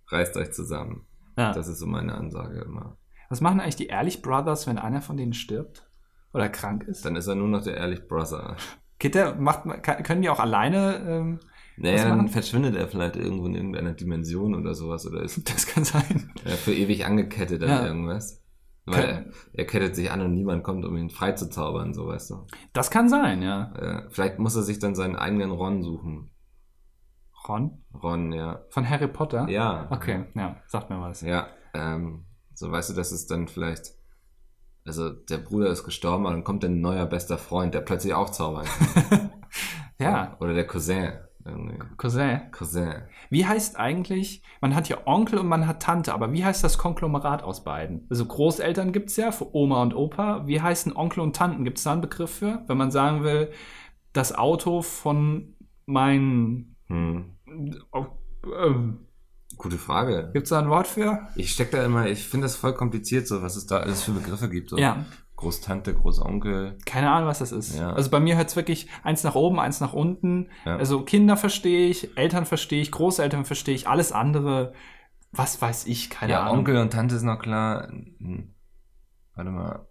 Speaker 1: reißt euch zusammen.
Speaker 2: Ja.
Speaker 1: Das ist so meine Ansage immer.
Speaker 2: Was machen eigentlich die Ehrlich Brothers, wenn einer von denen stirbt oder krank ist?
Speaker 1: Dann ist er nur noch der Ehrlich Brother.
Speaker 2: Geht der, macht, man- kann, können die auch alleine? Ähm,
Speaker 1: Naja,
Speaker 2: Was
Speaker 1: dann
Speaker 2: machen-
Speaker 1: verschwindet er vielleicht irgendwo in irgendeiner Dimension oder sowas oder ist
Speaker 2: das kann sein.
Speaker 1: äh, für ewig angekettet an
Speaker 2: Ja.
Speaker 1: irgendwas. Weil er, er kettet sich an und niemand kommt, um ihn freizuzaubern, so weißt du.
Speaker 2: Das kann sein, ja.
Speaker 1: Äh, vielleicht muss er sich dann seinen eigenen Ron suchen.
Speaker 2: Ron
Speaker 1: Ron, ja.
Speaker 2: von Harry Potter.
Speaker 1: Ja.
Speaker 2: Okay, ja, sagt mir was.
Speaker 1: Ja, ähm, so weißt du, dass es dann vielleicht, also der Bruder ist gestorben, aber dann kommt ein neuer bester Freund, der plötzlich auch zaubern kann.
Speaker 2: Ja,
Speaker 1: Oder der Cousin. Irgendwie.
Speaker 2: Cousin.
Speaker 1: Cousin.
Speaker 2: Wie heißt eigentlich, man hat ja Onkel und man hat Tante, aber wie heißt das Konglomerat aus beiden? Also Großeltern gibt's ja für Oma und Opa. Wie heißen Onkel und Tanten? Gibt's da einen Begriff für? Wenn man sagen will, das Auto von meinen. oh,
Speaker 1: Hm.
Speaker 2: Ähm,
Speaker 1: Gute Frage.
Speaker 2: gibt's da ein Wort für?
Speaker 1: Ich steck da immer, ich finde das voll kompliziert, so was es da alles für Begriffe gibt. So.
Speaker 2: Ja.
Speaker 1: Großtante, Großonkel.
Speaker 2: Keine Ahnung, was das ist.
Speaker 1: Ja.
Speaker 2: Also bei mir hört's wirklich eins nach oben, eins nach unten.
Speaker 1: Ja.
Speaker 2: Also Kinder verstehe ich, Eltern verstehe ich, Großeltern verstehe ich, alles andere, was weiß ich, keine
Speaker 1: ja,
Speaker 2: Ahnung.
Speaker 1: Onkel und Tante ist noch klar. Hm. Warte mal.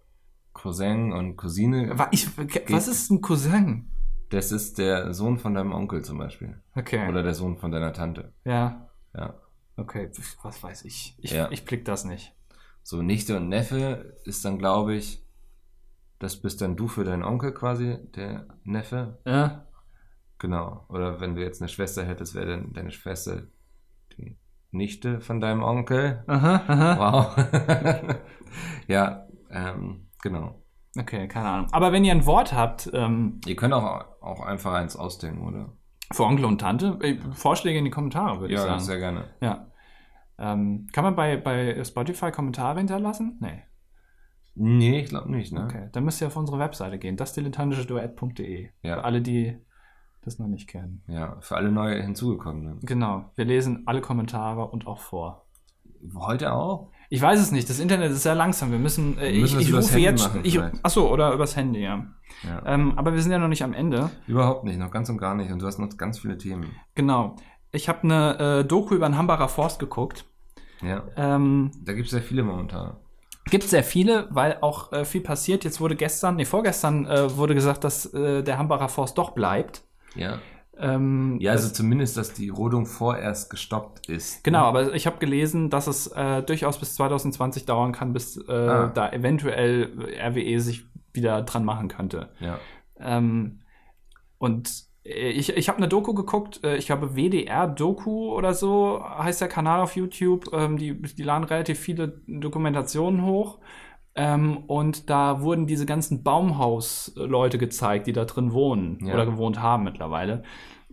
Speaker 1: Cousin und Cousine.
Speaker 2: Wa- Ich, was ist ein Cousin?
Speaker 1: Das ist der Sohn von deinem Onkel zum Beispiel.
Speaker 2: Okay.
Speaker 1: Oder der Sohn von deiner Tante.
Speaker 2: ja.
Speaker 1: Ja.
Speaker 2: Okay, pf, was weiß ich. Ich,
Speaker 1: Ja.
Speaker 2: ich blick das nicht.
Speaker 1: So Nichte und Neffe ist dann, glaube ich, das bist dann du für deinen Onkel quasi, der Neffe.
Speaker 2: Ja.
Speaker 1: Genau. Oder wenn du jetzt eine Schwester hättest, wäre dann deine Schwester die Nichte von deinem Onkel.
Speaker 2: Aha, aha.
Speaker 1: Wow. ja, ähm, genau.
Speaker 2: Okay, keine Ahnung. Aber wenn ihr ein Wort habt ähm,
Speaker 1: Ihr könnt auch, auch einfach eins ausdenken, oder?
Speaker 2: für Onkel und Tante, äh, Vorschläge in die Kommentare, würde ich sagen.
Speaker 1: sehr gerne.
Speaker 2: Ja. Ähm, kann man bei, bei Spotify Kommentare hinterlassen? Nee.
Speaker 1: Nee, ich glaube nicht, ne?
Speaker 2: Okay, dann müsst ihr auf unsere Webseite gehen, dasdilettantischeduett.de.
Speaker 1: Ja.
Speaker 2: Für alle, die das noch nicht kennen.
Speaker 1: Ja, für alle neu hinzugekommenen.
Speaker 2: Genau, wir lesen alle Kommentare und auch vor.
Speaker 1: Heute auch?
Speaker 2: Ich weiß es nicht, das Internet ist sehr langsam. Wir müssen, äh,
Speaker 1: Wir müssen das
Speaker 2: ich, ich
Speaker 1: übers
Speaker 2: rufe
Speaker 1: Handy
Speaker 2: jetzt.
Speaker 1: machen
Speaker 2: ich,
Speaker 1: vielleicht.
Speaker 2: achso, oder übers Handy, ja.
Speaker 1: Ja.
Speaker 2: Ähm, aber wir sind ja noch nicht am Ende.
Speaker 1: Überhaupt nicht, noch ganz und gar nicht. Und du hast noch ganz viele Themen.
Speaker 2: Genau. Ich habe eine äh, Doku über den Hambacher Forst geguckt.
Speaker 1: Ja.
Speaker 2: Ähm,
Speaker 1: Da gibt es ja viele momentan.
Speaker 2: Gibt sehr viele, weil auch äh, viel passiert. Jetzt wurde gestern, nee, vorgestern äh, wurde gesagt, dass äh, der Hambacher Forst doch bleibt.
Speaker 1: Ja.
Speaker 2: Ähm,
Speaker 1: Ja, also zumindest, dass die Rodung vorerst gestoppt ist. ne?
Speaker 2: Genau, aber ich habe gelesen, dass es äh, durchaus bis 2020 dauern kann, bis äh,
Speaker 1: Ah.
Speaker 2: da E eventuell RWE sich wieder dran machen könnte.
Speaker 1: Ja.
Speaker 2: Ähm, und Ich, ich habe eine Doku geguckt, äh, ich glaube WDR-Doku oder so heißt der Kanal auf YouTube. Ähm, die, die laden relativ viele Dokumentationen hoch. Ähm, und da wurden diese ganzen Baumhaus-Leute gezeigt, die da drin wohnen
Speaker 1: Ja.
Speaker 2: oder gewohnt haben mittlerweile.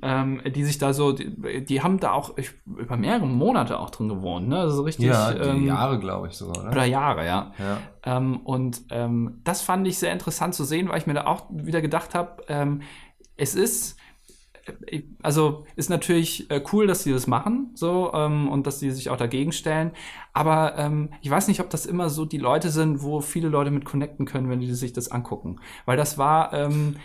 Speaker 2: Ähm, die sich da so, die, die haben da auch ich, über mehrere Monate auch drin gewohnt, ne? Also so richtig
Speaker 1: ja, die
Speaker 2: ähm,
Speaker 1: Jahre, glaube ich sogar, oder?
Speaker 2: oder Jahre, ja.
Speaker 1: Ja.
Speaker 2: Ähm, und ähm, das fand ich sehr interessant zu sehen, weil ich mir da auch wieder gedacht habe, ähm, es ist, äh, also ist natürlich äh, cool, dass sie das machen, so ähm, und dass sie sich auch dagegen stellen. Aber ähm, ich weiß nicht, ob das immer so die Leute sind, wo viele Leute mit connecten können, wenn die sich das angucken. Weil das war ähm,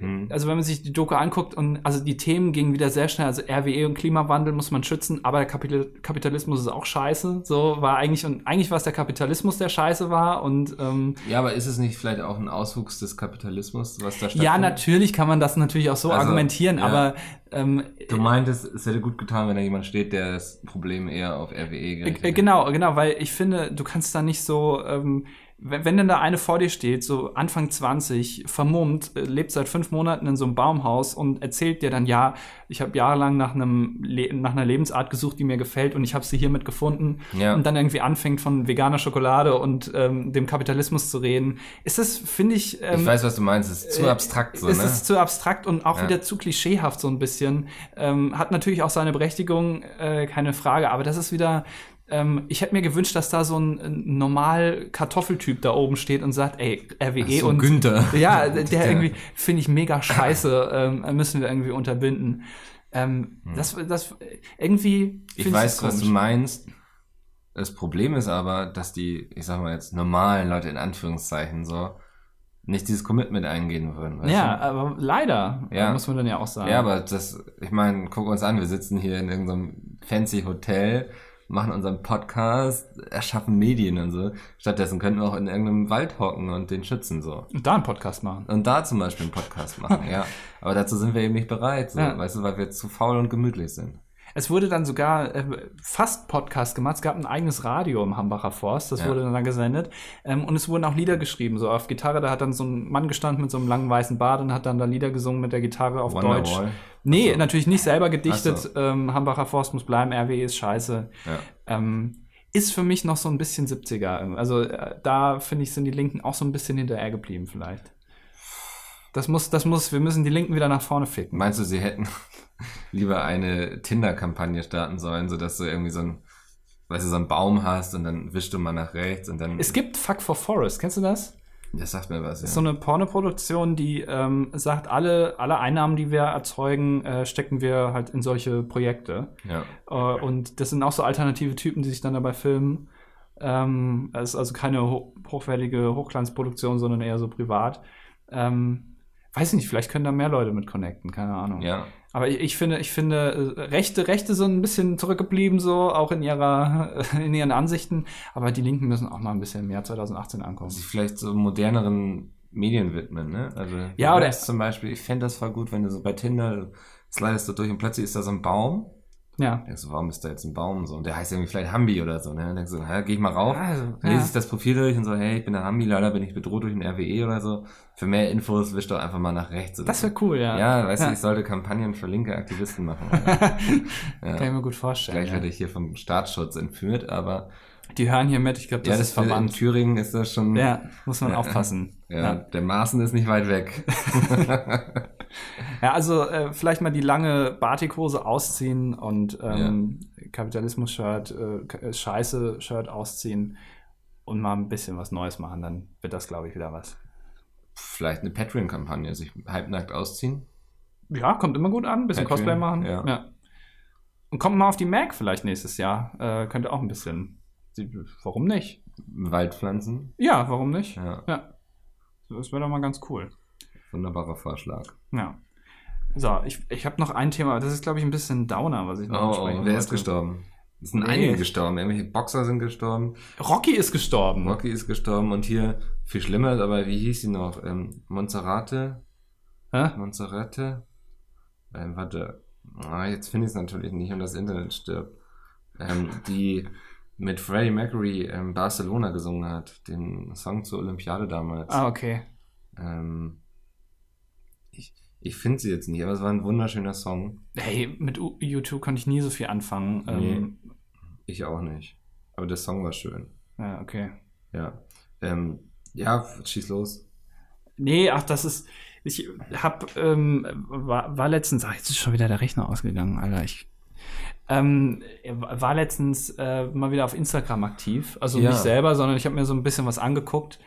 Speaker 1: Hm.
Speaker 2: also wenn man sich die Doku anguckt und also die Themen gingen wieder sehr schnell, also RWE und Klimawandel muss man schützen, aber der Kapital Kapitalismus ist auch scheiße. So war eigentlich und eigentlich war es der Kapitalismus, der scheiße war und ähm,
Speaker 1: ja, aber ist es nicht vielleicht auch ein Auswuchs des Kapitalismus, was da stattfindet?
Speaker 2: ja, natürlich kann man das natürlich auch so
Speaker 1: Also,
Speaker 2: argumentieren,
Speaker 1: ja.
Speaker 2: aber ähm,
Speaker 1: Du meintest, es hätte gut getan, wenn da jemand steht, der das Problem eher auf RWE gerichtet
Speaker 2: Äh, Genau, genau, weil ich finde, du kannst da nicht so, ähm, wenn, wenn denn da eine vor dir steht, so Anfang 20, vermummt, äh, lebt seit fünf Monaten in so einem Baumhaus und erzählt dir dann, ja, ich habe jahrelang nach, einem Le nach einer Lebensart gesucht, die mir gefällt und ich habe sie hiermit gefunden
Speaker 1: Ja.
Speaker 2: und dann irgendwie anfängt von veganer Schokolade und ähm, dem Kapitalismus zu reden, ist das, finde ich, ähm,
Speaker 1: Ich weiß, was du meinst. Es ist zu
Speaker 2: äh,
Speaker 1: abstrakt so,
Speaker 2: es
Speaker 1: ne?
Speaker 2: ist zu abstrakt und auch
Speaker 1: Ja.
Speaker 2: wieder zu klischeehaft so ein bisschen. Ähm, hat natürlich auch seine Berechtigung, äh, keine Frage. Aber das ist wieder. Ähm, ich hätte mir gewünscht, dass da so ein, ein normal Kartoffeltyp da oben steht und sagt, ey, RWE
Speaker 1: Ach so,
Speaker 2: E und
Speaker 1: Günther.
Speaker 2: ja, der
Speaker 1: Der-
Speaker 2: irgendwie finde ich mega scheiße, ähm, müssen wir irgendwie unterbinden. Ähm, Das, das irgendwie.
Speaker 1: Hm. ich
Speaker 2: find
Speaker 1: weiß,
Speaker 2: das
Speaker 1: was du
Speaker 2: komisch.
Speaker 1: meinst. Das Problem ist aber, dass die, ich sag mal jetzt, normalen Leute in Anführungszeichen so nicht dieses Commitment eingehen würden. weißt
Speaker 2: Ja, aber leider
Speaker 1: Ja.
Speaker 2: muss man dann ja auch sagen.
Speaker 1: du? ja, aber das, ich meine, guck uns an, wir sitzen hier in irgendeinem fancy Hotel, machen unseren Podcast, erschaffen Medien und so. Stattdessen könnten wir auch in irgendeinem Wald hocken und den schützen so.
Speaker 2: Und da einen Podcast machen.
Speaker 1: Und da zum Beispiel einen Podcast machen, ja. Aber dazu sind wir eben nicht bereit, so,
Speaker 2: Ja.
Speaker 1: weißt du, weil wir zu faul und gemütlich sind.
Speaker 2: Es wurde dann sogar äh, fast Podcast gemacht. Es gab ein eigenes Radio im Hambacher Forst, das
Speaker 1: Ja.
Speaker 2: wurde dann gesendet. Ähm, und es wurden auch Lieder geschrieben, so auf Gitarre. Da hat dann so ein Mann gestanden mit so einem langen weißen Bart und hat dann da Lieder gesungen mit der Gitarre auf Deutsch. Nee,
Speaker 1: Ach so.
Speaker 2: natürlich nicht selber gedichtet.
Speaker 1: Also Ach so.
Speaker 2: Ähm, Hambacher Forst muss bleiben, RWE ist scheiße.
Speaker 1: Ja.
Speaker 2: Ähm, ist für mich noch so ein bisschen 70er. Also äh, da finde ich, sind die Linken auch so ein bisschen hinterher geblieben vielleicht. Das muss, das muss, wir müssen die Linken wieder nach vorne ficken.
Speaker 1: Meinst du, sie hätten lieber eine Tinder-Kampagne starten sollen, sodass du irgendwie so ein, weißt du, so einen Baum hast und dann wischst du mal nach rechts und dann.
Speaker 2: Es gibt Fuck for Forest, kennst du das?
Speaker 1: das sagt mir was. Ja.
Speaker 2: ist so eine Pornoproduktion, die ähm, sagt, alle, alle Einnahmen, die wir erzeugen, äh, stecken wir halt in solche Projekte.
Speaker 1: ja.
Speaker 2: Äh, und das sind auch so alternative Typen, die sich dann dabei filmen. Ähm, es ist also keine ho hochwertige Hochglanzproduktion, sondern eher so privat. Ähm, weiß nicht, vielleicht können da mehr Leute mit connecten, keine Ahnung.
Speaker 1: ja.
Speaker 2: Aber ich, ich finde, ich finde, äh, Rechte, Rechte sind ein bisschen zurückgeblieben, so auch in ihrer, in ihren Ansichten. Aber die Linken müssen auch mal ein bisschen mehr 2018 ankommen.
Speaker 1: Sich vielleicht so moderneren Medien widmen, ne? Also, du
Speaker 2: Ja, oder-
Speaker 1: hörst zum Beispiel, ich fände das voll gut, wenn du so bei Tinder slidest du durch und plötzlich ist da so ein Baum.
Speaker 2: Ja.
Speaker 1: Denkst du, warum ist da jetzt ein Baum so? Und der heißt irgendwie vielleicht Hambi oder so, ne? Denkst du, hä, geh ich mal rauf.
Speaker 2: Also,
Speaker 1: Dann lese
Speaker 2: ja.
Speaker 1: ich das Profil durch und so, hey, ich bin der Hambi, leider bin ich bedroht durch den RWE oder so. Für mehr Infos wisch doch einfach mal nach rechts. Oder
Speaker 2: Das
Speaker 1: so.
Speaker 2: wäre cool, ja.
Speaker 1: Ja, weißt
Speaker 2: Ja.
Speaker 1: du, ich sollte Kampagnen für linke Aktivisten machen. Alter.
Speaker 2: Kann ich
Speaker 1: ja.
Speaker 2: mir gut vorstellen.
Speaker 1: Gleich
Speaker 2: Ja.
Speaker 1: werde ich hier vom Staatsschutz entführt, aber
Speaker 2: Die hören hier mit, ich glaube, das,
Speaker 1: ja,
Speaker 2: ist
Speaker 1: das in
Speaker 2: verwandt.
Speaker 1: Thüringen ist das schon.
Speaker 2: Ja, muss man
Speaker 1: Ja.
Speaker 2: aufpassen.
Speaker 1: ja,
Speaker 2: Ja.
Speaker 1: der Maßen ist nicht weit weg.
Speaker 2: Ja, also äh, vielleicht mal die lange Batikhose ausziehen und ähm, Kapitalismus-Shirt, äh, K- äh, Scheiße-Shirt ausziehen und mal ein bisschen was Neues machen, dann wird das, glaube ich, wieder was.
Speaker 1: Vielleicht eine Patreon-Kampagne, sich halbnackt ausziehen.
Speaker 2: Ja, kommt immer gut an, ein bisschen
Speaker 1: Patreon,
Speaker 2: Cosplay machen.
Speaker 1: ja.
Speaker 2: Und kommt mal auf die Mac vielleicht nächstes Jahr. Äh, könnte auch ein bisschen. Sie- Warum nicht?
Speaker 1: Wald pflanzen.
Speaker 2: Ja, warum nicht?
Speaker 1: Ja,
Speaker 2: Ja. Das wäre doch mal ganz cool.
Speaker 1: wunderbarer Vorschlag.
Speaker 2: Ja. So, ich, ich habe noch ein Thema, aber das ist, glaube ich, ein bisschen ein Downer, was ich
Speaker 1: Oh,
Speaker 2: noch
Speaker 1: oh
Speaker 2: ansprechen
Speaker 1: wer ist
Speaker 2: wollte.
Speaker 1: gestorben? Es sind
Speaker 2: Nee.
Speaker 1: einige gestorben. Irgendwelche Boxer sind gestorben.
Speaker 2: Rocky ist gestorben.
Speaker 1: Rocky ist gestorben und hier viel schlimmer, aber wie hieß sie noch? Ähm, Monserrate?
Speaker 2: Hä?
Speaker 1: Monserrate? Ähm, warte. Ah, jetzt finde ich es natürlich nicht und das Internet stirbt. Ähm, die mit Freddie Mercury ähm, Barcelona gesungen hat, den Song zur Olympiade damals.
Speaker 2: Ah, okay.
Speaker 1: Ähm, ich, Ich finde sie jetzt nicht, aber es war ein wunderschöner Song.
Speaker 2: Hey, mit U- U2 konnte ich nie so viel anfangen. Ähm,
Speaker 1: Ich auch nicht. Aber der Song war schön.
Speaker 2: Ja, okay.
Speaker 1: Ja. Ähm, ja, schieß los.
Speaker 2: Nee, ach, das ist. Ich hab, ähm, war, war letztens, ach, jetzt ist schon wieder der Rechner ausgegangen, Alter. Ich ähm, war letztens äh, mal wieder auf Instagram aktiv. Also
Speaker 1: Ja.
Speaker 2: nicht selber, sondern ich habe mir so ein bisschen was angeguckt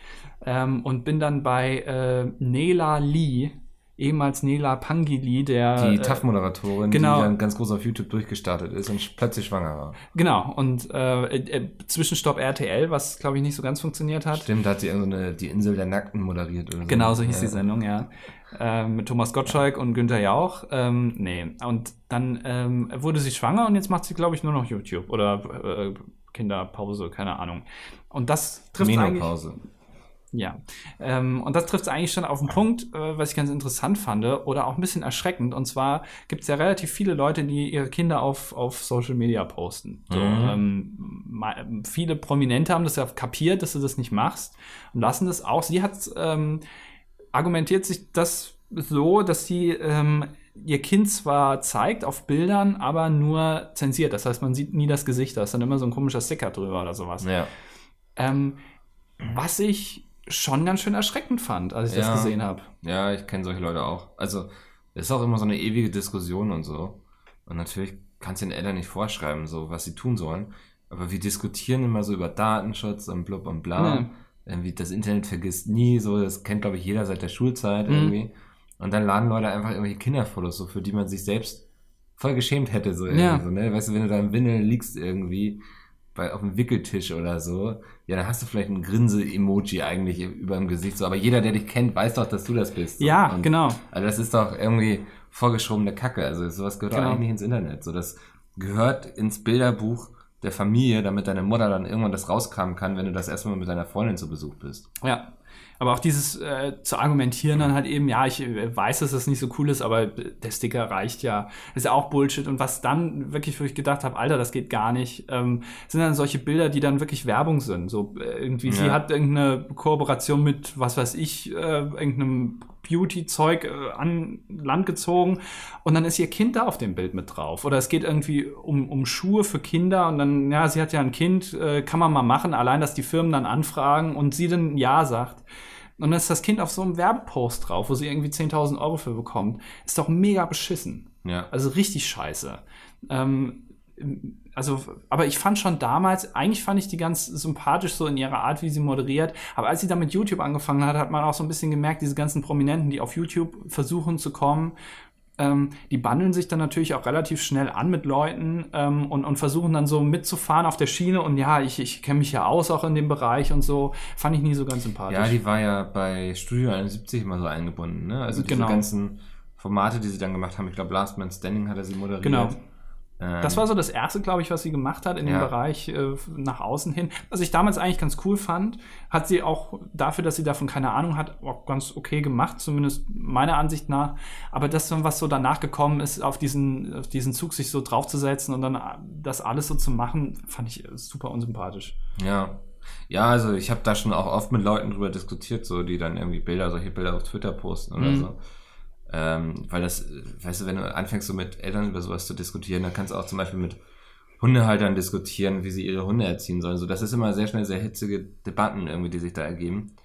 Speaker 2: ähm, und bin dann bei äh, Nela Lee, ehemals Nela Pangili, der.
Speaker 1: Die
Speaker 2: äh,
Speaker 1: TAF-Moderatorin,
Speaker 2: genau.
Speaker 1: die dann ganz groß auf YouTube durchgestartet ist und sch- plötzlich schwanger war.
Speaker 2: Genau, und äh, äh, Zwischenstopp RTL, was glaube ich nicht so ganz funktioniert hat.
Speaker 1: Stimmt, da hat sie irgend so eine, die Insel der Nackten moderiert oder so.
Speaker 2: Genau, so hieß
Speaker 1: ja.
Speaker 2: die Sendung, ja. Ähm, mit Thomas Gottschalk und Günther Jauch. Ähm, nee, und dann ähm, wurde sie schwanger und jetzt macht sie, glaube ich, nur noch YouTube oder äh, Kinderpause, keine Ahnung. Und das trifft eigentlich.
Speaker 1: Menopause.
Speaker 2: Ja, ähm, und das trifft es eigentlich schon auf den Punkt, äh, was ich ganz interessant fand oder auch ein bisschen erschreckend. Und zwar gibt es ja relativ viele Leute, die ihre Kinder auf, auf Social Media posten. So,
Speaker 1: Mhm.
Speaker 2: ähm, ma- viele Prominente haben das ja kapiert, dass du das nicht machst und lassen das auch. Sie hat ähm, argumentiert sich das so, dass sie ähm, ihr Kind zwar zeigt auf Bildern, aber nur zensiert. Das heißt, man sieht nie das Gesicht. Da ist dann immer so ein komischer Sticker drüber oder sowas.
Speaker 1: Ja.
Speaker 2: Ähm, was ich schon ganz schön erschreckend fand, als ich
Speaker 1: Ja.
Speaker 2: das gesehen habe.
Speaker 1: Ja, ich kenne solche Leute auch. Also, es ist auch immer so eine ewige Diskussion und so. Und natürlich kannst du den Eltern nicht vorschreiben, so was sie tun sollen. Aber wir diskutieren immer so über Datenschutz und blub und bla.
Speaker 2: Mhm.
Speaker 1: Irgendwie das Internet vergisst nie, so das kennt, glaube ich, jeder seit der Schulzeit
Speaker 2: Mhm.
Speaker 1: irgendwie. Und dann laden Leute einfach irgendwelche Kinderfotos, so für die man sich selbst voll geschämt hätte, so irgendwie.
Speaker 2: Ja.
Speaker 1: So, ne? Weißt du, wenn du da im Windel liegst irgendwie, bei, auf dem Wickeltisch oder so, ja, dann hast du vielleicht ein Grinse-Emoji eigentlich über dem Gesicht, so. Aber jeder, der dich kennt, weiß doch, dass du das bist. So.
Speaker 2: Ja,
Speaker 1: Und-
Speaker 2: genau.
Speaker 1: Also das ist doch irgendwie vorgeschobene Kacke. Also sowas gehört doch
Speaker 2: Genau.
Speaker 1: eigentlich nicht ins Internet. So, das gehört ins Bilderbuch der Familie, damit deine Mutter dann irgendwann das rauskramen kann, wenn du das erstmal mit deiner Freundin zu Besuch bist.
Speaker 2: Ja. Aber auch dieses äh, zu argumentieren dann halt eben, ja, ich äh, weiß, dass das nicht so cool ist, aber der Sticker reicht ja. Ist ja auch Bullshit. Und was dann wirklich, wo ich gedacht habe, Alter, das geht gar nicht, ähm, sind dann solche Bilder, die dann wirklich Werbung sind. So äh, irgendwie, sie
Speaker 1: Ja.
Speaker 2: hat irgendeine Kooperation mit, was weiß ich, äh, irgendeinem Beauty-Zeug äh, an Land gezogen und dann ist ihr Kind da auf dem Bild mit drauf. Oder es geht irgendwie um, um Schuhe für Kinder und dann, ja, sie hat ja ein Kind, äh, kann man mal machen, allein, dass die Firmen dann anfragen und sie dann Ja sagt. Und dann ist das Kind auf so einem Werbepost drauf, wo sie irgendwie 10.000 Euro für bekommt. Ist doch mega beschissen.
Speaker 1: Ja.
Speaker 2: Also richtig scheiße. Ähm, also, aber ich fand schon damals, eigentlich fand ich die ganz sympathisch so in ihrer Art, wie sie moderiert. Aber als sie dann mit YouTube angefangen hat, hat man auch so ein bisschen gemerkt, diese ganzen Prominenten, die auf YouTube versuchen zu kommen, ähm, die bandeln sich dann natürlich auch relativ schnell an mit Leuten ähm, und, und versuchen dann so mitzufahren auf der Schiene. Und ja, ich, ich kenne mich ja aus auch in dem Bereich und so. Fand Also ich nie so ganz sympathisch.
Speaker 1: ja, die war ja bei Studio 71 mal so eingebunden, ne? Also diese
Speaker 2: Genau.
Speaker 1: ganzen Formate, die sie dann gemacht haben. Ich glaube, Last Man Standing hat er sie moderiert.
Speaker 2: Genau.
Speaker 1: Ähm,
Speaker 2: Das war so das erste, glaube ich, was sie gemacht hat in
Speaker 1: Ja.
Speaker 2: dem Bereich äh, nach außen hin. Was ich damals eigentlich ganz cool fand, hat sie auch dafür, dass sie davon keine Ahnung hat, auch ganz okay gemacht, zumindest meiner Ansicht nach. Aber das, dann, was so danach gekommen ist, auf diesen, auf diesen Zug sich so draufzusetzen und dann äh, das alles so zu machen, fand ich äh, super unsympathisch.
Speaker 1: Ja. Ja, also ich habe da schon auch oft mit Leuten drüber diskutiert, so die dann irgendwie Bilder, solche Bilder auf Twitter posten oder
Speaker 2: Mhm.
Speaker 1: so. Ähm, weil das, äh, weißt du, wenn du anfängst so mit Eltern über sowas zu diskutieren, dann kannst du auch zum Beispiel mit Hundehaltern diskutieren, wie sie ihre Hunde erziehen sollen. So, das ist immer sehr schnell sehr hitzige Debatten irgendwie, die sich da ergeben.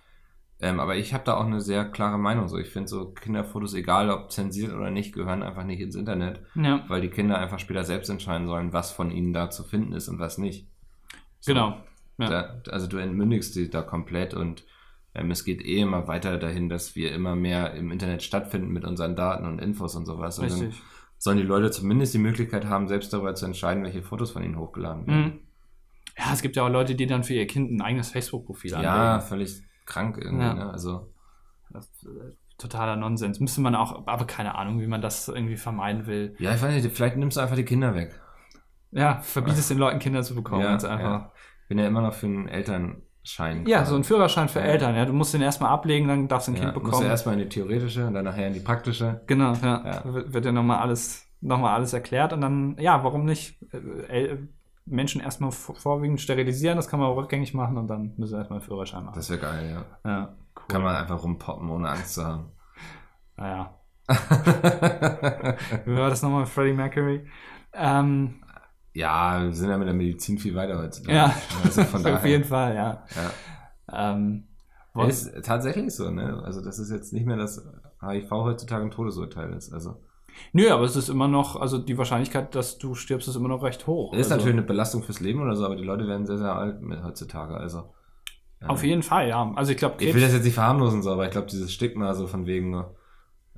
Speaker 1: Ähm, aber ich habe da auch eine sehr klare Meinung. So, ich finde so Kinderfotos, egal ob zensiert oder nicht, gehören einfach nicht ins Internet,
Speaker 2: Ja,
Speaker 1: weil die Kinder einfach später selbst entscheiden sollen, was von ihnen da zu finden ist und was nicht. So.
Speaker 2: genau. Ja.
Speaker 1: Da, also du entmündigst dich da komplett und ähm, es geht eh immer weiter dahin, dass wir immer mehr im Internet stattfinden mit unseren Daten und Infos und sowas. Und dann
Speaker 2: Richtig.
Speaker 1: sollen die Leute zumindest die Möglichkeit haben, selbst darüber zu entscheiden, welche Fotos von ihnen hochgeladen werden.
Speaker 2: Mhm. Ja, es gibt ja auch Leute, die dann für ihr Kind ein eigenes Facebook-Profil
Speaker 1: Ja, völlig krank irgendwie.
Speaker 2: Ja.
Speaker 1: Ne? Also
Speaker 2: Das, äh, Totaler Nonsens. Müsste man auch, aber keine Ahnung, wie man das irgendwie vermeiden will.
Speaker 1: ja, ich weiß nicht, vielleicht nimmst du einfach die Kinder weg.
Speaker 2: Ja, verbietest den Leuten Kinder zu bekommen. ganz einfach.
Speaker 1: ja. Bin ja immer noch für einen Elternschein.
Speaker 2: Ja. so ein Führerschein für
Speaker 1: Ja.
Speaker 2: Eltern. Ja, du musst den erstmal ablegen, dann darfst du ein
Speaker 1: ja,
Speaker 2: Kind
Speaker 1: Kind Musst du
Speaker 2: bekommen.
Speaker 1: erstmal in die theoretische und dann nachher in die praktische.
Speaker 2: genau, ja.
Speaker 1: Ja.
Speaker 2: W- Wird ja nochmal alles, noch mal alles erklärt und dann, ja, warum nicht äh, El- Menschen erstmal vor- vorwiegend sterilisieren, das kann man auch rückgängig machen und dann müssen sie erstmal einen Führerschein machen.
Speaker 1: Das wäre geil, ja.
Speaker 2: ja, cool.
Speaker 1: Kann man einfach rumpoppen, ohne Angst zu haben.
Speaker 2: Naja. Wie war das nochmal mit Freddie Mercury? Ähm,
Speaker 1: ja, wir sind ja mit der Medizin viel weiter heutzutage.
Speaker 2: ja,
Speaker 1: also von
Speaker 2: auf
Speaker 1: daher.
Speaker 2: jeden Fall, ja.
Speaker 1: Ja.
Speaker 2: Ähm,
Speaker 1: Ja, Ist tatsächlich so, ne? Also, das ist jetzt nicht mehr, dass HIV heutzutage ein Todesurteil ist. Also,
Speaker 2: nö, aber es ist immer noch, also die Wahrscheinlichkeit, dass du stirbst, ist immer noch recht hoch.
Speaker 1: ist
Speaker 2: also,
Speaker 1: natürlich eine Belastung fürs Leben oder so, aber die Leute werden sehr, sehr alt mit heutzutage. Also, ähm,
Speaker 2: Auf jeden Fall, ja. Also ich glaube,
Speaker 1: Ich will das jetzt nicht verharmlosen, so, aber ich glaube, dieses Stigma so von wegen.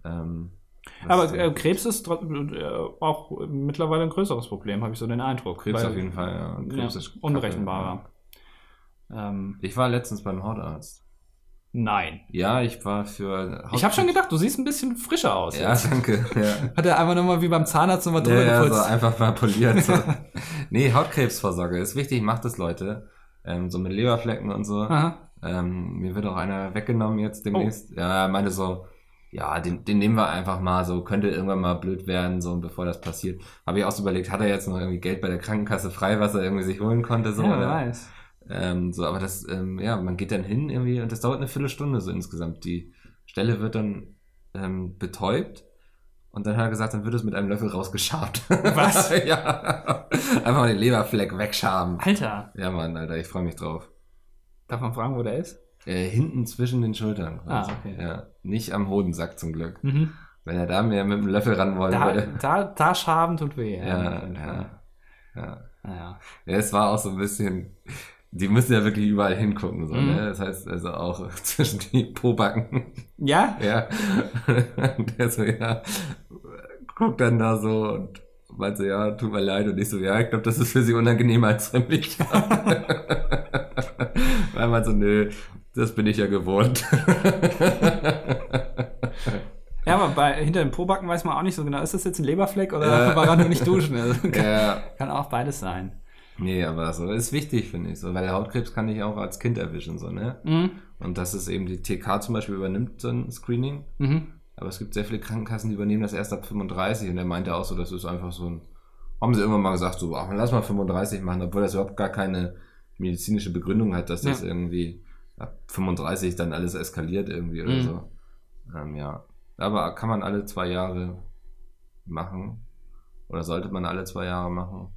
Speaker 1: Ähm, was ist
Speaker 2: Aber
Speaker 1: denn-
Speaker 2: äh, Krebs ist trot- äh, auch mittlerweile ein größeres Problem, habe ich so den Eindruck.
Speaker 1: Krebs
Speaker 2: Weil-
Speaker 1: auf jeden Fall, ja. Und Krebs
Speaker 2: ja,
Speaker 1: ist kacke,
Speaker 2: unberechenbarer.
Speaker 1: ja.
Speaker 2: Ähm,
Speaker 1: Ich war letztens beim Hautarzt.
Speaker 2: nein.
Speaker 1: Ja, ich war für.
Speaker 2: Ich habe schon gedacht, du siehst ein bisschen frischer aus.
Speaker 1: Ja,
Speaker 2: jetzt.
Speaker 1: danke. Ja.
Speaker 2: Hat er einfach nochmal wie beim Zahnarzt nochmal drüber
Speaker 1: Ja, ja, so
Speaker 2: geputzt.
Speaker 1: einfach mal poliert. So. nee, Hautkrebsvorsorge ist wichtig, macht das Leute. Ähm, so mit Leberflecken und so.
Speaker 2: Aha.
Speaker 1: Ähm, mir wird auch einer weggenommen jetzt demnächst.
Speaker 2: Oh.
Speaker 1: Ja, er meinte so, ja, den, den nehmen wir einfach mal so, könnte irgendwann mal blöd werden, so, bevor das passiert. Habe ich auch so überlegt, hat er jetzt noch irgendwie Geld bei der Krankenkasse frei, was er irgendwie sich holen konnte, so,
Speaker 2: ja, wer
Speaker 1: oder?
Speaker 2: weiß.
Speaker 1: Ähm, so, aber das, ähm, ja, man geht dann hin irgendwie und das dauert eine Viertelstunde so insgesamt. Die Stelle wird dann ähm, betäubt. Und dann hat er gesagt, dann wird es mit einem Löffel rausgeschabt.
Speaker 2: Was?
Speaker 1: ja. Einfach mal den Leberfleck wegschaben.
Speaker 2: Alter,
Speaker 1: Ja, Mann, Alter, ich freue mich drauf.
Speaker 2: darf man fragen, wo der ist?
Speaker 1: Äh, hinten zwischen den Schultern. quasi.
Speaker 2: Ah, okay.
Speaker 1: Ja, nicht am Hodensack zum Glück.
Speaker 2: Mhm.
Speaker 1: Wenn er da mir mit dem Löffel ran wollte.
Speaker 2: Da,
Speaker 1: würde-
Speaker 2: da, da schaben tut weh.
Speaker 1: Also, äh, ja, ja, ja.
Speaker 2: Naja.
Speaker 1: Ja, es war auch so ein bisschen. Die müssen ja wirklich überall hingucken, so,
Speaker 2: Mhm.
Speaker 1: ne? Das heißt also auch zwischen die Pobacken,
Speaker 2: ja?
Speaker 1: ja. Und der so, ja, guckt dann da so und meint so, ja, tut mir leid. Und ich so, ja, ich glaube, das ist für sie unangenehmer als für mich. Weil man so, nö, das bin ich ja gewohnt.
Speaker 2: Ja, aber bei, hinter dem Pobacken weiß man auch nicht so genau, ist das jetzt ein Leberfleck oder
Speaker 1: Ja.
Speaker 2: woran du nicht duschen? Also, kann,
Speaker 1: ja.
Speaker 2: kann auch beides sein.
Speaker 1: Nee, aber so ist wichtig, finde ich so, weil Hautkrebs kann ich auch als Kind erwischen, so, ne?
Speaker 2: Mhm.
Speaker 1: Und das ist eben die TK zum Beispiel übernimmt so ein Screening.
Speaker 2: Mhm.
Speaker 1: Aber es gibt sehr viele Krankenkassen, die übernehmen das erst ab 35. Und er meinte auch so, das ist einfach so ein. Haben sie irgendwann mal gesagt, so, ach, lass mal 35 machen, obwohl das überhaupt gar keine medizinische Begründung hat, dass das
Speaker 2: Ja.
Speaker 1: irgendwie ab 35 dann alles eskaliert irgendwie oder
Speaker 2: Mhm.
Speaker 1: so. Ähm, ja. Aber kann man alle zwei Jahre machen? Oder sollte man alle zwei Jahre machen?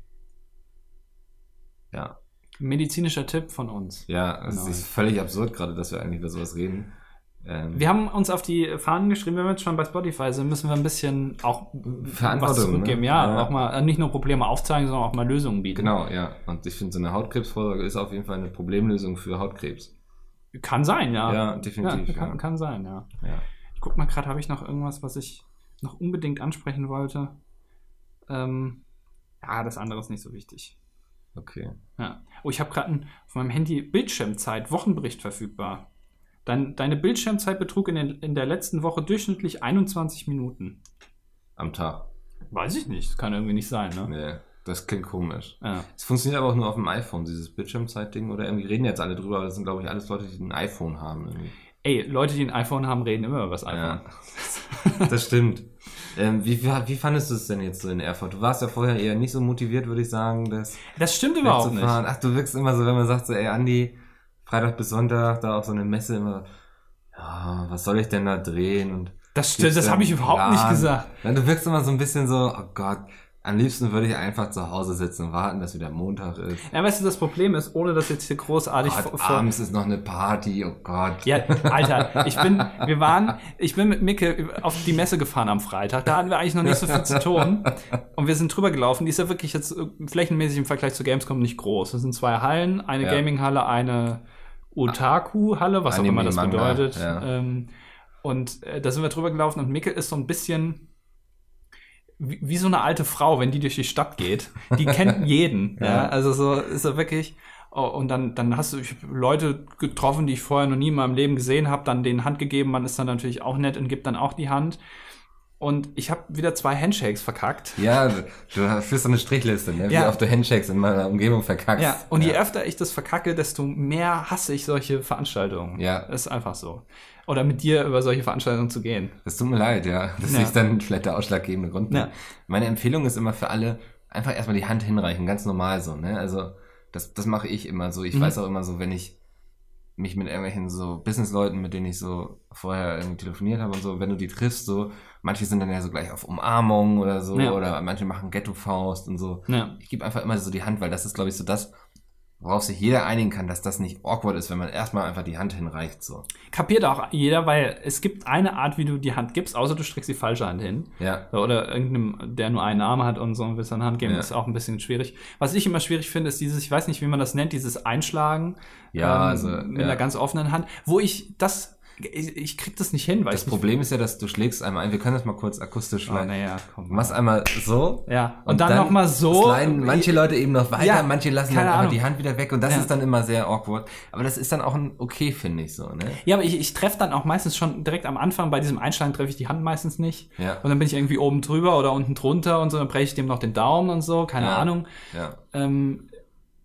Speaker 1: Ja.
Speaker 2: Medizinischer Tipp von uns.
Speaker 1: Ja, es
Speaker 2: Genau.
Speaker 1: ist völlig absurd gerade, dass wir eigentlich über sowas reden. Ähm,
Speaker 2: Wir haben uns auf die Fahnen geschrieben, wenn wir jetzt schon bei Spotify sind, müssen wir ein bisschen auch was
Speaker 1: Verantwortung,
Speaker 2: zurückgeben.
Speaker 1: ne?
Speaker 2: Ja,
Speaker 1: Ja.
Speaker 2: auch mal äh, nicht nur Probleme aufzeigen, sondern auch mal Lösungen bieten.
Speaker 1: Genau, ja. Und ich finde, so eine Hautkrebsvorsorge ist auf jeden Fall eine Problemlösung für Hautkrebs.
Speaker 2: Kann sein, Ah. ja.
Speaker 1: Ja,
Speaker 2: Ja,
Speaker 1: definitiv. Ja,
Speaker 2: kann, kann sein, ja.
Speaker 1: ja.
Speaker 2: Ich guck mal gerade, habe ich noch irgendwas, was ich noch unbedingt ansprechen wollte? Ähm, ja, das andere ist nicht so wichtig.
Speaker 1: Okay.
Speaker 2: Ja. Oh, ich habe gerade auf meinem Handy Bildschirmzeit, Wochenbericht verfügbar. Dein, deine Bildschirmzeit betrug in, den, in der letzten Woche durchschnittlich 21 Minuten.
Speaker 1: Am Tag.
Speaker 2: Weiß ich nicht. Das kann irgendwie nicht sein, ne?
Speaker 1: Nee, das klingt komisch.
Speaker 2: Ja.
Speaker 1: Es funktioniert aber auch nur auf dem iPhone, dieses Bildschirmzeitding. Oder irgendwie reden jetzt alle drüber, aber das sind, glaube ich, alles Leute, die ein iPhone haben. Irgendwie.
Speaker 2: Ey, Leute, die ein iPhone haben, reden immer über das iPhone.
Speaker 1: Ja. Das stimmt. ähm, wie, wie, wie fandest du es denn jetzt so in Erfurt? Du warst ja vorher eher nicht so motiviert, würde ich sagen, das
Speaker 2: Das stimmt überhaupt nicht.
Speaker 1: wegzufahren. Ach, du wirkst immer so, wenn man sagt so, ey, Andi, Freitag bis Sonntag, da auf so eine Messe immer, ja, was soll ich denn da drehen? Und
Speaker 2: Das stimmt, das habe ich überhaupt
Speaker 1: Ja.
Speaker 2: nicht gesagt.
Speaker 1: Ja, du wirkst immer so ein bisschen so, oh Gott, am liebsten würde ich einfach zu Hause sitzen und warten, dass wieder Montag ist.
Speaker 2: Ja, weißt du, das Problem ist, ohne das jetzt hier großartig vor-
Speaker 1: Gott,
Speaker 2: vor-
Speaker 1: abends ist noch eine Party, oh Gott.
Speaker 2: Ja, Alter, ich bin, wir waren, ich bin mit Micke auf die Messe gefahren am Freitag. Da hatten wir eigentlich noch nicht so viel zu tun. Und wir sind drüber gelaufen. Die ist ja wirklich jetzt äh, flächenmäßig im Vergleich zu Gamescom nicht groß. Das sind zwei Hallen, eine
Speaker 1: Ja.
Speaker 2: Gaming-Halle, eine Otaku-Halle, was
Speaker 1: Anime,
Speaker 2: auch immer das
Speaker 1: Manga,
Speaker 2: bedeutet.
Speaker 1: ja.
Speaker 2: Ähm, und äh, da sind wir drüber gelaufen und Micke ist so ein bisschen wie, wie so eine alte Frau, wenn die durch die Stadt geht. Die kennt jeden. ja.
Speaker 1: Ja.
Speaker 2: also so ist er wirklich. Oh, und dann, dann hast du ich hab Leute getroffen, die ich vorher noch nie in meinem Leben gesehen habe, dann denen Hand gegeben. Man ist dann natürlich auch nett und gibt dann auch die Hand. Und ich habe wieder zwei Handshakes verkackt.
Speaker 1: Ja, du führst so eine Strichliste, ne? wie
Speaker 2: Ja.
Speaker 1: oft du Handshakes in meiner Umgebung verkackst.
Speaker 2: Ja, und je öfter ich das verkacke, desto mehr hasse ich solche Veranstaltungen.
Speaker 1: Ja.
Speaker 2: Ist einfach so. Oder mit dir über solche Veranstaltungen zu gehen.
Speaker 1: Es tut mir leid, ja. Das
Speaker 2: Ja.
Speaker 1: ist dann vielleicht der ausschlaggebende Grund. Ne?
Speaker 2: Ja.
Speaker 1: Meine Empfehlung ist immer für alle, einfach erstmal die Hand hinreichen, ganz normal so, ne? Also, das, das mache ich immer so. Ich
Speaker 2: Mhm.
Speaker 1: weiß auch immer so, wenn ich mich mit irgendwelchen so Businessleuten, mit denen ich so vorher irgendwie telefoniert habe und so, wenn du die triffst, so, manche sind dann ja so gleich auf Umarmung oder so,
Speaker 2: Ja.
Speaker 1: oder manche machen Ghetto-Faust und so.
Speaker 2: Ja.
Speaker 1: Ich gebe einfach immer so die Hand, weil das ist, glaube ich, so das, worauf sich jeder einigen kann, dass das nicht awkward ist, wenn man erstmal einfach die Hand hinreicht, so.
Speaker 2: Kapiert auch jeder, weil es gibt eine Art, wie du die Hand gibst, außer du streckst die falsche Hand hin.
Speaker 1: Ja.
Speaker 2: Oder irgendeinem, der nur einen Arm hat und so und will seine Hand geben,
Speaker 1: Ja.
Speaker 2: ist auch ein bisschen schwierig. Was ich immer schwierig finde, ist dieses, ich weiß nicht, wie man das nennt, dieses Einschlagen
Speaker 1: Ja,
Speaker 2: ähm,
Speaker 1: also,
Speaker 2: mit
Speaker 1: ja.
Speaker 2: einer ganz offenen Hand, wo ich das, ich, ich krieg das nicht hin, weil
Speaker 1: Das
Speaker 2: ich nicht-
Speaker 1: Problem ist ja, dass du schlägst einmal ein, wir können das mal kurz akustisch
Speaker 2: Oh,
Speaker 1: vielleicht.
Speaker 2: naja,
Speaker 1: Du
Speaker 2: komm.
Speaker 1: machst einmal so.
Speaker 2: Ja, und, dann, noch mal so.
Speaker 1: Sliden manche Leute eben noch weiter,
Speaker 2: Ja,
Speaker 1: manche lassen dann
Speaker 2: keine
Speaker 1: einfach
Speaker 2: Ahnung.
Speaker 1: die Hand wieder weg und das
Speaker 2: Ja.
Speaker 1: ist dann immer sehr awkward. Aber das ist dann auch ein okay, finde ich so, ne?
Speaker 2: Ja, aber ich, ich treffe dann auch meistens schon direkt am Anfang, bei diesem Einschlagen treffe ich die Hand meistens nicht.
Speaker 1: Ja.
Speaker 2: Und dann bin ich irgendwie oben drüber oder unten drunter und so, dann breche ich dem noch den Daumen und so, keine
Speaker 1: Ja.
Speaker 2: Ahnung.
Speaker 1: Ja.
Speaker 2: Ähm,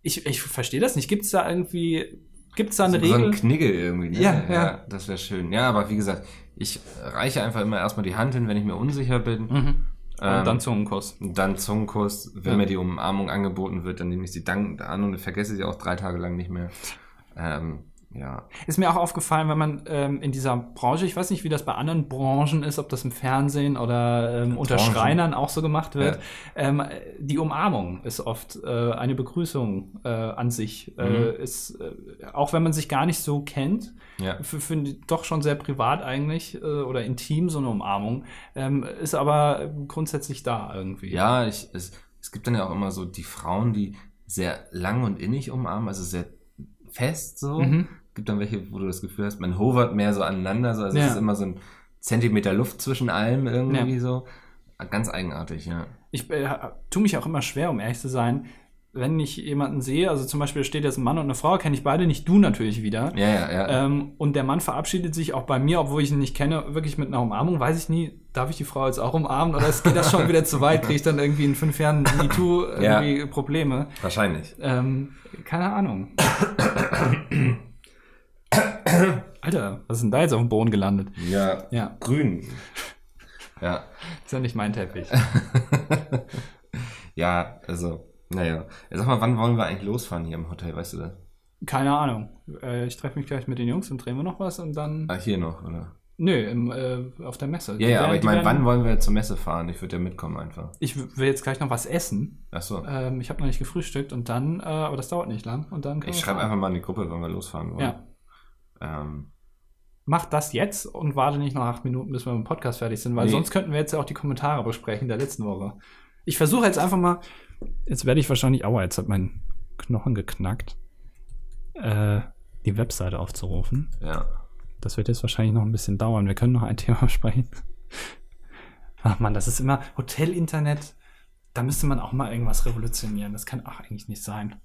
Speaker 2: ich ich verstehe das nicht. Gibt es da irgendwie, gibt es da eine
Speaker 1: so, so ein
Speaker 2: Regel?
Speaker 1: Knigge irgendwie, ne?
Speaker 2: Ja, ja.
Speaker 1: Das wäre schön. Ja, aber wie gesagt, ich reiche einfach immer erstmal die Hand hin, wenn ich mir unsicher bin.
Speaker 2: Mhm.
Speaker 1: Ähm,
Speaker 2: und dann Zungenkuss.
Speaker 1: dann Zungenkuss, wenn
Speaker 2: Ja.
Speaker 1: mir die Umarmung angeboten wird, dann nehme ich sie dankend an und vergesse sie auch drei Tage lang nicht mehr. Ähm, ja.
Speaker 2: Ist mir auch aufgefallen, wenn man ähm, in dieser Branche, ich weiß nicht, wie das bei anderen Branchen ist, ob das im Fernsehen oder ähm, unter
Speaker 1: Branchen.
Speaker 2: Schreinern auch so gemacht wird,
Speaker 1: Ja.
Speaker 2: ähm, die Umarmung ist oft äh, eine Begrüßung äh, an sich. Äh,
Speaker 1: Mhm.
Speaker 2: ist, äh, auch wenn man sich gar nicht so kennt,
Speaker 1: Ja.
Speaker 2: für, für doch schon sehr privat eigentlich äh, oder intim so eine Umarmung, ähm, ist aber grundsätzlich da irgendwie.
Speaker 1: Ja, ich, es, es gibt dann ja auch immer so die Frauen, die sehr lang und innig umarmen, also sehr fest so.
Speaker 2: Mhm.
Speaker 1: gibt dann welche, wo du das Gefühl hast, man hovert mehr so aneinander, so, also
Speaker 2: Ja.
Speaker 1: es ist immer so ein Zentimeter Luft zwischen allem irgendwie
Speaker 2: Ja.
Speaker 1: so. Ganz eigenartig, ja.
Speaker 2: Ich äh, ha- tu mich auch immer schwer, um ehrlich zu sein, wenn ich jemanden sehe, also zum Beispiel steht jetzt ein Mann und eine Frau, kenne ich beide nicht, du natürlich wieder.
Speaker 1: Ja, ja, ja.
Speaker 2: Ähm, und der Mann verabschiedet sich auch bei mir, obwohl ich ihn nicht kenne, wirklich mit einer Umarmung. Weiß ich nie, darf ich die Frau jetzt auch umarmen oder ist- geht das schon wieder zu weit? Kriege ich dann irgendwie in fünf Jahren MeToo
Speaker 1: Ja.
Speaker 2: irgendwie Probleme?
Speaker 1: Wahrscheinlich.
Speaker 2: Ähm, keine Ahnung. Alter, was ist denn da jetzt auf dem Boden gelandet?
Speaker 1: Ja.
Speaker 2: Ja,
Speaker 1: Grün. ja.
Speaker 2: ist ja nicht mein Teppich.
Speaker 1: Ja, also, naja. Sag mal, wann wollen wir eigentlich losfahren hier im Hotel, weißt du das?
Speaker 2: Keine Ahnung. Äh, ich treffe mich gleich mit den Jungs und drehen wir noch was und dann.
Speaker 1: Ah, hier noch, oder?
Speaker 2: Nö, im, äh, auf der Messe.
Speaker 1: Ja,
Speaker 2: Die
Speaker 1: ja,
Speaker 2: werden-
Speaker 1: aber ich
Speaker 2: die
Speaker 1: meine,
Speaker 2: werden-
Speaker 1: wann wollen wir zur Messe fahren? Ich würde ja mitkommen einfach.
Speaker 2: Ich w- will jetzt gleich noch was essen.
Speaker 1: Ach so.
Speaker 2: Ähm, ich habe noch nicht gefrühstückt und dann, äh, aber das dauert nicht lang. Und dann können
Speaker 1: Ich
Speaker 2: wir
Speaker 1: schreibe
Speaker 2: fahren.
Speaker 1: einfach mal in die Gruppe, wann wir losfahren wollen.
Speaker 2: Ja.
Speaker 1: Ähm,
Speaker 2: Mach das jetzt und warte nicht noch acht Minuten, bis wir mit dem Podcast fertig sind, weil
Speaker 1: Nee.
Speaker 2: sonst könnten wir jetzt ja auch die Kommentare besprechen der letzten Woche. Ich versuche jetzt einfach mal. Jetzt werde ich wahrscheinlich. Aua, jetzt hat mein Knochen geknackt. Äh, die Webseite aufzurufen.
Speaker 1: ja.
Speaker 2: Das wird jetzt wahrscheinlich noch ein bisschen dauern. Wir können noch ein Thema besprechen. Ach man, das ist immer Hotel-Internet. Da müsste man auch mal irgendwas revolutionieren. Das kann auch eigentlich nicht sein.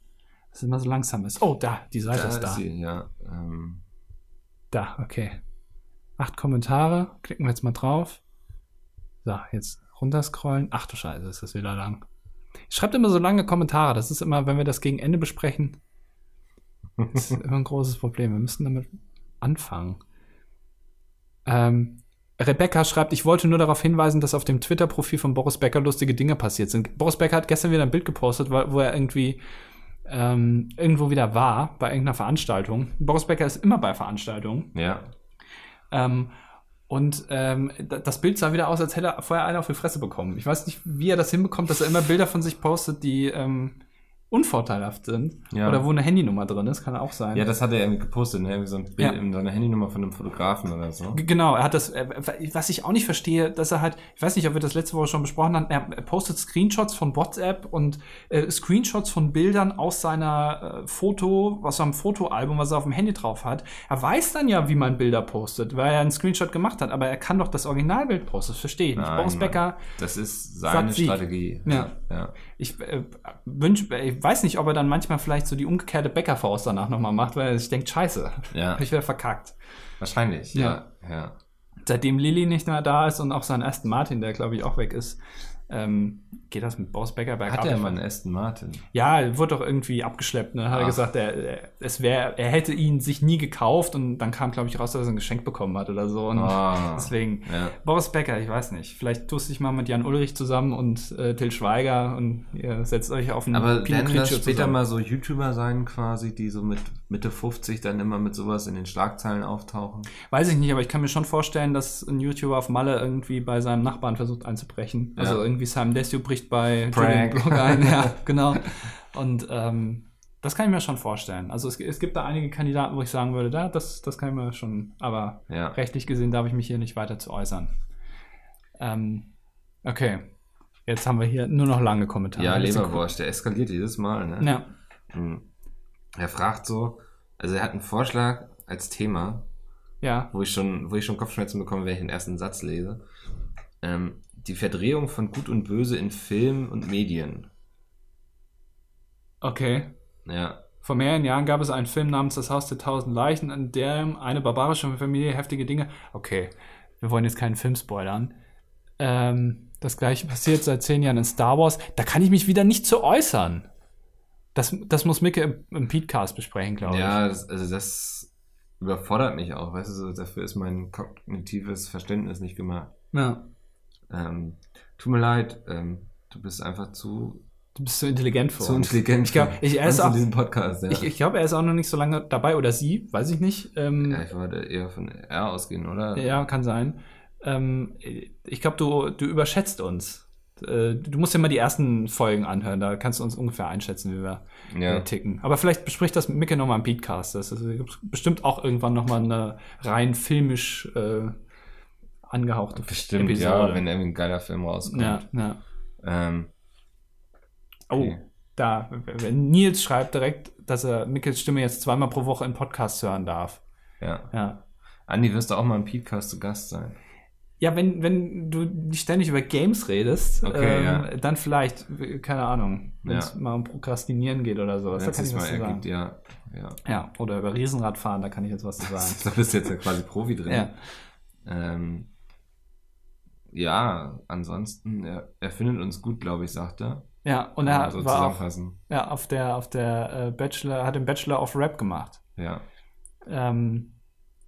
Speaker 2: Dass es immer so langsam ist. Oh, da, die Seite ist da.
Speaker 1: sie, ja. Ähm,
Speaker 2: Da, okay. Acht Kommentare. Klicken wir jetzt mal drauf. So, jetzt runterscrollen. Ach du Scheiße, ist das wieder lang. Schreibt immer so lange Kommentare. Das ist immer, wenn wir das gegen Ende besprechen, ist immer ein großes Problem. Wir müssen damit anfangen. Ähm, Rebecca schreibt, ich wollte nur darauf hinweisen, dass auf dem Twitter-Profil von Boris Becker lustige Dinge passiert sind. Boris Becker hat gestern wieder ein Bild gepostet, weil- wo er irgendwie ähm, irgendwo wieder war, bei irgendeiner Veranstaltung. Boris Becker ist immer bei Veranstaltungen.
Speaker 1: ja.
Speaker 2: Ähm, und ähm, d- das Bild sah wieder aus, als hätte er vorher einer auf die Fresse bekommen. Ich weiß nicht, wie er das hinbekommt, dass er immer Bilder von sich postet, die ähm, unvorteilhaft sind.
Speaker 1: Ja.
Speaker 2: Oder wo eine Handynummer drin ist, kann auch sein.
Speaker 1: Ja, das hat er irgendwie gepostet, ne? Irgendwie so ein Bild
Speaker 2: Ja.
Speaker 1: in seiner Handynummer von einem Fotografen oder so.
Speaker 2: G- Genau, er hat das, äh, was ich auch nicht verstehe, dass er halt, ich weiß nicht, ob wir das letzte Woche schon besprochen haben, er er postet Screenshots von WhatsApp und äh, Screenshots von Bildern aus seiner äh, Foto, aus seinem Fotoalbum, was er auf dem Handy drauf hat. Er weiß dann ja, wie man Bilder postet, weil er einen Screenshot gemacht hat, aber er kann doch das Originalbild posten, das verstehe ich nicht.
Speaker 1: Nein,
Speaker 2: Boris
Speaker 1: Mann.
Speaker 2: Becker,
Speaker 1: Das ist seine
Speaker 2: Sagt Sieg.
Speaker 1: Strategie.
Speaker 2: Ja.
Speaker 1: ja.
Speaker 2: ich äh, wünsch, ich weiß nicht, ob er dann manchmal vielleicht so die umgekehrte Becker-Faust danach nochmal macht, weil er sich denkt, scheiße,
Speaker 1: Ja,
Speaker 2: ich wäre verkackt.
Speaker 1: wahrscheinlich. Ja. ja.
Speaker 2: seitdem Lilly nicht mehr da ist und auch sein Aston Martin, der glaube ich auch weg ist, ähm, geht das mit Boris Becker bergab.
Speaker 1: Hat er
Speaker 2: Ich
Speaker 1: mal einen
Speaker 2: weiß-
Speaker 1: Aston Martin?
Speaker 2: Ja, wurde doch irgendwie abgeschleppt. Ne? Hat
Speaker 1: Ach.
Speaker 2: er gesagt, er, er, es wär, er hätte ihn sich nie gekauft und dann kam, glaube ich, raus, dass er ein Geschenk bekommen hat oder so. Und
Speaker 1: Ah.
Speaker 2: deswegen.
Speaker 1: Ja.
Speaker 2: Boris Becker, ich weiß nicht. Vielleicht tust dich mal mit Jan Ulrich zusammen und äh, Till Schweiger und ihr setzt euch auf einen
Speaker 1: Aber werden das
Speaker 2: Pinocchio
Speaker 1: später mal so YouTuber sein quasi, die so mit Mitte 50 dann immer mit sowas in den Schlagzeilen auftauchen.
Speaker 2: Weiß ich nicht, aber ich kann mir schon vorstellen, dass ein YouTuber auf Malle irgendwie bei seinem Nachbarn versucht einzubrechen.
Speaker 1: Ja.
Speaker 2: Also irgendwie Simon Desue bricht bei
Speaker 1: Prank.
Speaker 2: Julian Blog ein. Ja, genau. Und ähm, das kann ich mir schon vorstellen. Also es, es gibt da einige Kandidaten, wo ich sagen würde, da, das, das kann ich mir schon, aber
Speaker 1: Ja.
Speaker 2: rechtlich gesehen darf ich mich hier nicht weiter zu äußern. Ähm, okay. Jetzt haben wir hier nur noch lange Kommentare.
Speaker 1: Ja,
Speaker 2: Das ist
Speaker 1: Leberwurst, der eskaliert jedes Mal.
Speaker 2: cool.
Speaker 1: Ne?
Speaker 2: Ja.
Speaker 1: Mhm. Er fragt so, also er hat einen Vorschlag als Thema,
Speaker 2: Ja.
Speaker 1: wo ich schon, wo ich schon Kopfschmerzen bekomme, wenn ich den ersten Satz lese. Ähm, die Verdrehung von Gut und Böse in Film und Medien.
Speaker 2: Okay.
Speaker 1: Ja,
Speaker 2: Vor mehreren Jahren gab es einen Film namens Das Haus der tausend Leichen, in dem eine barbarische Familie heftige Dinge. Okay, wir wollen jetzt keinen Film spoilern. Ähm, das gleiche passiert seit zehn Jahren in Star Wars. Da kann ich mich wieder nicht zu äußern. Das, das muss Micke im, im Podcast besprechen, glaube ich.
Speaker 1: ja das, also das überfordert mich auch, weißt du, so, dafür ist mein kognitives Verständnis nicht gemacht.
Speaker 2: Ja.
Speaker 1: Ähm, tut mir leid, ähm, du bist einfach zu,
Speaker 2: Du bist so intelligent für
Speaker 1: zu
Speaker 2: uns.
Speaker 1: intelligent.
Speaker 2: Ich glaub,
Speaker 1: für
Speaker 2: ich- er ist
Speaker 1: uns in
Speaker 2: auch-
Speaker 1: diesem Podcast, ja.
Speaker 2: Ich, ich glaube, er ist auch noch nicht so lange dabei oder sie, weiß ich nicht. Ähm,
Speaker 1: ja, ich wollte eher von R ausgehen, oder?
Speaker 2: Ja, kann sein. Ähm, ich glaube, du, du überschätzt uns. Äh, Du musst dir mal die ersten Folgen anhören, da kannst du uns ungefähr einschätzen, wie wir äh,
Speaker 1: ja.
Speaker 2: ticken. Aber vielleicht bespricht das Micke nochmal im Beatcast. Das ist gibt's bestimmt auch irgendwann nochmal eine rein filmisch äh, angehauchte
Speaker 1: Bestimmt, ja, wenn irgendwie ein geiler Film rauskommt.
Speaker 2: ja, ja.
Speaker 1: Ähm,
Speaker 2: Oh, da, wenn Nils schreibt direkt, dass er Mickels Stimme jetzt zweimal pro Woche im Podcast hören darf.
Speaker 1: ja.
Speaker 2: Ja,
Speaker 1: Andi, wirst du auch mal im Podcast zu Gast sein?
Speaker 2: Ja, wenn, wenn du nicht ständig über Games redest,
Speaker 1: Okay,
Speaker 2: ähm,
Speaker 1: ja.
Speaker 2: dann vielleicht, keine Ahnung, wenn es
Speaker 1: Ja.
Speaker 2: mal um Prokrastinieren geht oder sowas, da
Speaker 1: Wenn's
Speaker 2: kann ich
Speaker 1: das
Speaker 2: was zu sagen. Ja.
Speaker 1: ja. ja.
Speaker 2: oder über Riesenradfahren, da kann ich jetzt was zu sagen.
Speaker 1: Da bist du jetzt ja quasi Profi drin.
Speaker 2: ja.
Speaker 1: Ähm, ja, ansonsten, er, er findet uns gut, glaube ich, sagt er.
Speaker 2: ja, und er
Speaker 1: Kann man so
Speaker 2: war auch,
Speaker 1: zusammenfassen.
Speaker 2: ja, auf der, auf der äh, Bachelor, hat den Bachelor of Rap gemacht.
Speaker 1: Ja.
Speaker 2: Ähm,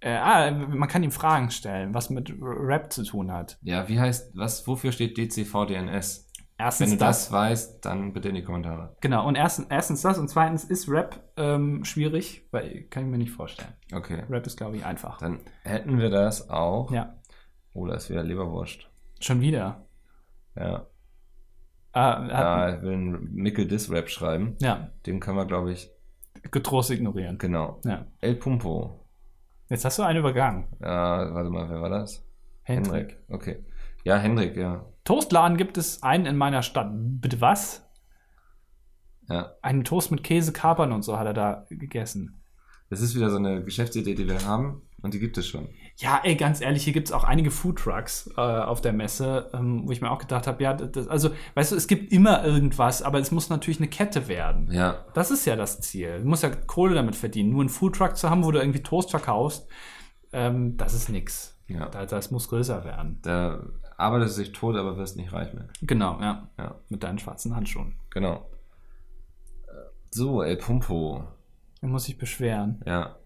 Speaker 2: äh, ah, man kann ihm Fragen stellen, was mit Rap zu tun hat.
Speaker 1: Ja, wie heißt, was, wofür steht DCVDNS?
Speaker 2: Erstens
Speaker 1: Wenn du das weißt, dann bitte in die Kommentare.
Speaker 2: Genau, und erstens, erstens das und zweitens ist Rap ähm, schwierig, weil kann ich mir nicht vorstellen.
Speaker 1: Okay.
Speaker 2: Rap ist, glaube ich, einfach.
Speaker 1: Dann hätten wir das auch.
Speaker 2: Ja,
Speaker 1: Oder ist wieder Leberwurst.
Speaker 2: schon wieder.
Speaker 1: Ja.
Speaker 2: Ah,
Speaker 1: Da
Speaker 2: hat,
Speaker 1: ja, will ein Mickel Diss Rap schreiben.
Speaker 2: ja.
Speaker 1: Den können wir, glaube ich,
Speaker 2: getrost ignorieren.
Speaker 1: genau.
Speaker 2: Ja.
Speaker 1: El Pumpo.
Speaker 2: Jetzt hast du einen übergangen.
Speaker 1: Ja, warte mal, wer war das?
Speaker 2: Hendrik.
Speaker 1: Okay. Ja, Hendrik, ja.
Speaker 2: Toastladen gibt es einen in meiner Stadt. Bitte was?
Speaker 1: Ja.
Speaker 2: Einen Toast mit Käse, Kapern und so hat er da gegessen.
Speaker 1: Das ist wieder so eine Geschäftsidee, die wir haben und die gibt es schon.
Speaker 2: Ja, ey, ganz ehrlich, hier gibt es auch einige Foodtrucks äh, auf der Messe, ähm, wo ich mir auch gedacht habe, ja, das, also, weißt du, es gibt immer irgendwas, aber es muss natürlich eine Kette werden.
Speaker 1: Ja.
Speaker 2: Das ist ja das Ziel. Du musst ja Kohle damit verdienen. Nur einen Foodtruck zu haben, wo du irgendwie Toast verkaufst, ähm, das ist nix.
Speaker 1: Ja.
Speaker 2: Da- Das muss größer werden.
Speaker 1: Da arbeitest du dich tot, aber wirst nicht reich mehr.
Speaker 2: Genau, ja.
Speaker 1: Ja.
Speaker 2: Mit deinen schwarzen Handschuhen.
Speaker 1: Genau. So, El Pumpo.
Speaker 2: Er muss sich beschweren.
Speaker 1: Ja.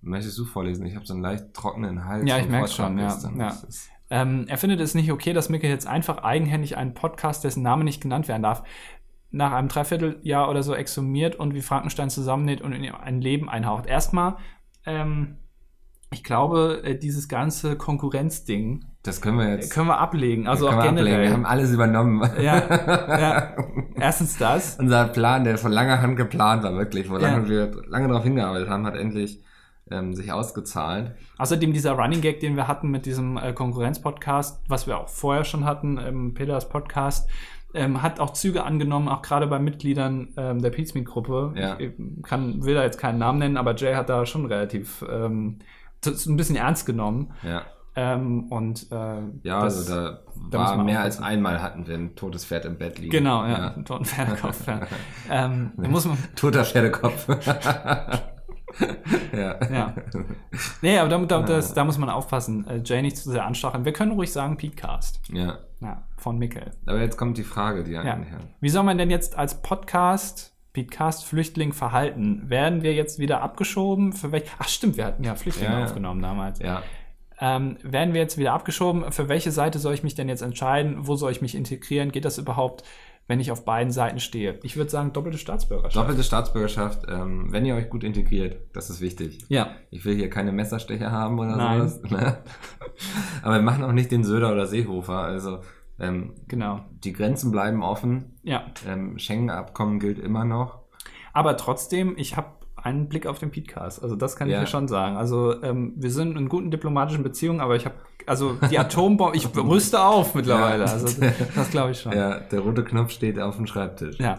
Speaker 1: Möchtest du vorlesen? Ich habe so einen leicht trockenen Hals.
Speaker 2: Ja, ich
Speaker 1: vom
Speaker 2: merk's
Speaker 1: Vortrag
Speaker 2: schon, ja,
Speaker 1: gestern.
Speaker 2: ja.
Speaker 1: Das ist-
Speaker 2: Ähm, er findet es nicht okay, dass Micke jetzt einfach eigenhändig einen Podcast, dessen Name nicht genannt werden darf, nach einem Dreivierteljahr oder so exhumiert und wie Frankenstein zusammennäht und in ihm ein Leben einhaucht. Erstmal, ähm, ich glaube, äh, dieses ganze Konkurrenzding
Speaker 1: Das können wir
Speaker 2: äh,
Speaker 1: jetzt.
Speaker 2: können wir ablegen. Also
Speaker 1: können
Speaker 2: auch
Speaker 1: wir ablegen.
Speaker 2: generell.
Speaker 1: Wir haben alles übernommen.
Speaker 2: Ja, ja. Erstens das.
Speaker 1: Unser Plan, der von langer Hand geplant war, wirklich, wo
Speaker 2: Ja.
Speaker 1: lange wir lange darauf hingearbeitet haben, hat endlich ähm, sich ausgezahlt.
Speaker 2: Außerdem dieser Running Gag, den wir hatten mit diesem äh, Konkurrenz-Podcast, was wir auch vorher schon hatten, im Peters Podcast, ähm, hat auch Züge angenommen, auch gerade bei Mitgliedern ähm, der Pizmeet-Gruppe.
Speaker 1: Ja.
Speaker 2: Ich ähm, kann, will da jetzt keinen Namen nennen, aber Jay hat da schon relativ ähm, so- so ein bisschen ernst genommen.
Speaker 1: Ja.
Speaker 2: Ähm, und äh,
Speaker 1: Ja,
Speaker 2: das-
Speaker 1: also da,
Speaker 2: da
Speaker 1: war
Speaker 2: muss man
Speaker 1: mehr als
Speaker 2: aufpassen.
Speaker 1: einmal hatten wir ein totes Pferd im Bett liegen.
Speaker 2: Genau, ja, ja. Toten Pferdekopf. ja. ähm, da muss man,
Speaker 1: Toter Pferdekopf. ja.
Speaker 2: ja. Nee, aber da, da, das, da muss man aufpassen, äh, Jay nicht zu sehr anstacheln. Wir können ruhig sagen Podcast.
Speaker 1: ja.
Speaker 2: Ja, von Mikkel.
Speaker 1: Aber jetzt kommt die Frage, die
Speaker 2: Ja.
Speaker 1: einen Herrn.
Speaker 2: Wie soll man denn jetzt als Podcast, Podcast Flüchtling verhalten? Werden wir jetzt wieder abgeschoben? Für welche? Ach stimmt, wir hatten ja Flüchtlinge
Speaker 1: Ja, ja.
Speaker 2: aufgenommen damals.
Speaker 1: Ja.
Speaker 2: Ähm, werden wir jetzt wieder abgeschoben? Für welche Seite soll ich mich denn jetzt entscheiden? Wo soll ich mich integrieren? Geht das überhaupt? wenn ich auf beiden Seiten stehe. Ich würde sagen, doppelte Staatsbürgerschaft.
Speaker 1: Doppelte Staatsbürgerschaft, ähm, wenn ihr euch gut integriert, das ist wichtig.
Speaker 2: Ja.
Speaker 1: Ich will hier keine Messerstecher haben oder
Speaker 2: Nein.
Speaker 1: sowas. Ne? Aber wir machen auch nicht den Söder oder Seehofer. Also ähm,
Speaker 2: Genau.
Speaker 1: die Grenzen bleiben offen.
Speaker 2: Ja.
Speaker 1: Ähm, Schengen-Abkommen gilt immer noch.
Speaker 2: Aber trotzdem, ich habe einen Blick auf den Podcast. Also das kann
Speaker 1: Ja.
Speaker 2: ich ja schon sagen. Also ähm, wir sind in guten diplomatischen Beziehungen, aber ich habe, also die Atombombe, ich rüste auf mittlerweile.
Speaker 1: Ja.
Speaker 2: Also das glaube ich schon. Ja.
Speaker 1: Ja, der rote Knopf steht auf dem Schreibtisch.
Speaker 2: Aber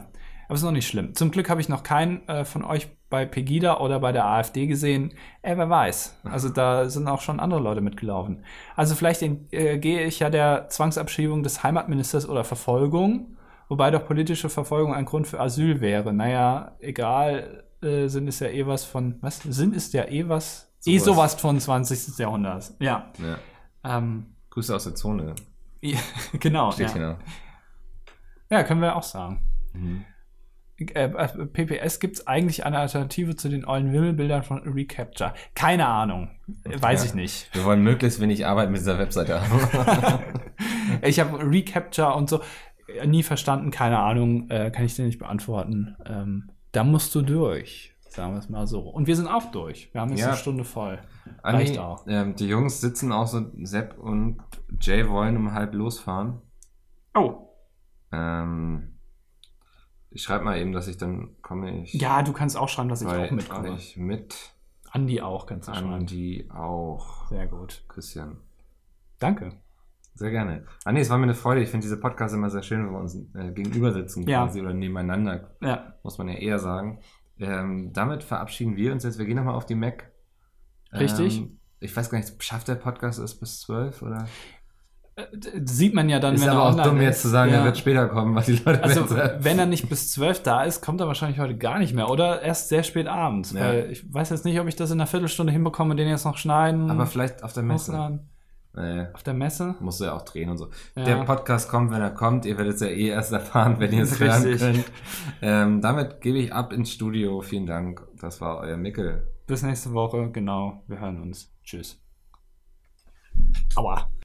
Speaker 2: ist noch nicht schlimm. Zum Glück habe ich noch keinen äh, von euch bei Pegida oder bei der AfD gesehen. Ey, wer weiß. Also da sind auch schon andere Leute mitgelaufen. Also vielleicht äh, gehe ich ja der Zwangsabschiebung des Heimatministers oder Verfolgung, wobei doch politische Verfolgung ein Grund für Asyl wäre. Naja, egal, äh, Sinn ist ja eh was von, was? Sinn ist ja eh was, eh
Speaker 1: Sowas.
Speaker 2: sowas von 20. Jahrhunderts. Ja,
Speaker 1: Ja.
Speaker 2: ähm,
Speaker 1: Grüße aus der Zone.
Speaker 2: genau.
Speaker 1: Steht
Speaker 2: Ja.
Speaker 1: hier noch.
Speaker 2: ja, können wir auch sagen.
Speaker 1: Mhm.
Speaker 2: Äh, äh, PPS gibt es eigentlich eine Alternative zu den ollen Wimmelbildern von Recapture? Keine Ahnung. Äh, Weiß
Speaker 1: Ja.
Speaker 2: ich nicht.
Speaker 1: Wir wollen möglichst wenig Arbeit mit dieser Webseite haben.
Speaker 2: Ich habe Recapture und so äh, nie verstanden. Keine Ahnung. Äh, kann ich dir nicht beantworten. Ähm, da musst du durch. Sagen wir es mal so. Und wir sind auch durch. Wir haben jetzt
Speaker 1: Ja.
Speaker 2: eine Stunde voll.
Speaker 1: Andi,
Speaker 2: Reicht auch.
Speaker 1: ähm, die Jungs sitzen auch so, Sepp und Jay wollen um halb losfahren.
Speaker 2: Oh.
Speaker 1: Ähm, ich schreibe mal eben, dass ich dann komme. Ich,
Speaker 2: Ja, du kannst auch schreiben, dass ich
Speaker 1: weil
Speaker 2: auch mitkomme.
Speaker 1: Ich mit
Speaker 2: Andi auch kannst du schreiben.
Speaker 1: Andi auch.
Speaker 2: Sehr gut.
Speaker 1: Christian.
Speaker 2: Danke.
Speaker 1: Sehr gerne. Andi, es war mir eine Freude. Ich finde diese Podcasts immer sehr schön, wenn wir uns äh, gegenüber sitzen
Speaker 2: Ja.
Speaker 1: quasi oder nebeneinander,
Speaker 2: Ja.
Speaker 1: muss man ja eher sagen. Ähm, damit verabschieden wir uns jetzt. Wir gehen nochmal auf die Mac.
Speaker 2: Richtig.
Speaker 1: Ähm, ich weiß gar nicht, schafft der Podcast es bis 12 oder?
Speaker 2: Äh, d- Sieht man ja dann,
Speaker 1: ist
Speaker 2: er
Speaker 1: aber auch
Speaker 2: online
Speaker 1: dumm jetzt
Speaker 2: ist.
Speaker 1: zu sagen,
Speaker 2: Ja.
Speaker 1: er wird später kommen, weil die Leute
Speaker 2: Also,
Speaker 1: werden-
Speaker 2: wenn er nicht bis 12 da ist, kommt er wahrscheinlich heute gar nicht mehr. Oder erst sehr spät abends.
Speaker 1: Ja.
Speaker 2: Weil ich weiß jetzt nicht, ob ich das in einer Viertelstunde hinbekomme, den jetzt noch schneiden.
Speaker 1: aber vielleicht auf der Messe.
Speaker 2: hochladen.
Speaker 1: Äh,
Speaker 2: Auf der Messe.
Speaker 1: musst du ja auch drehen und so.
Speaker 2: Ja.
Speaker 1: Der Podcast kommt, wenn er kommt. Ihr werdet es ja eh erst erfahren, wenn ihr es hören
Speaker 2: Richtig.
Speaker 1: könnt. Ähm, damit gebe ich ab ins Studio. Vielen Dank. Das war euer Mickel.
Speaker 2: Bis nächste Woche. Genau. Wir hören uns. Tschüss. Aua.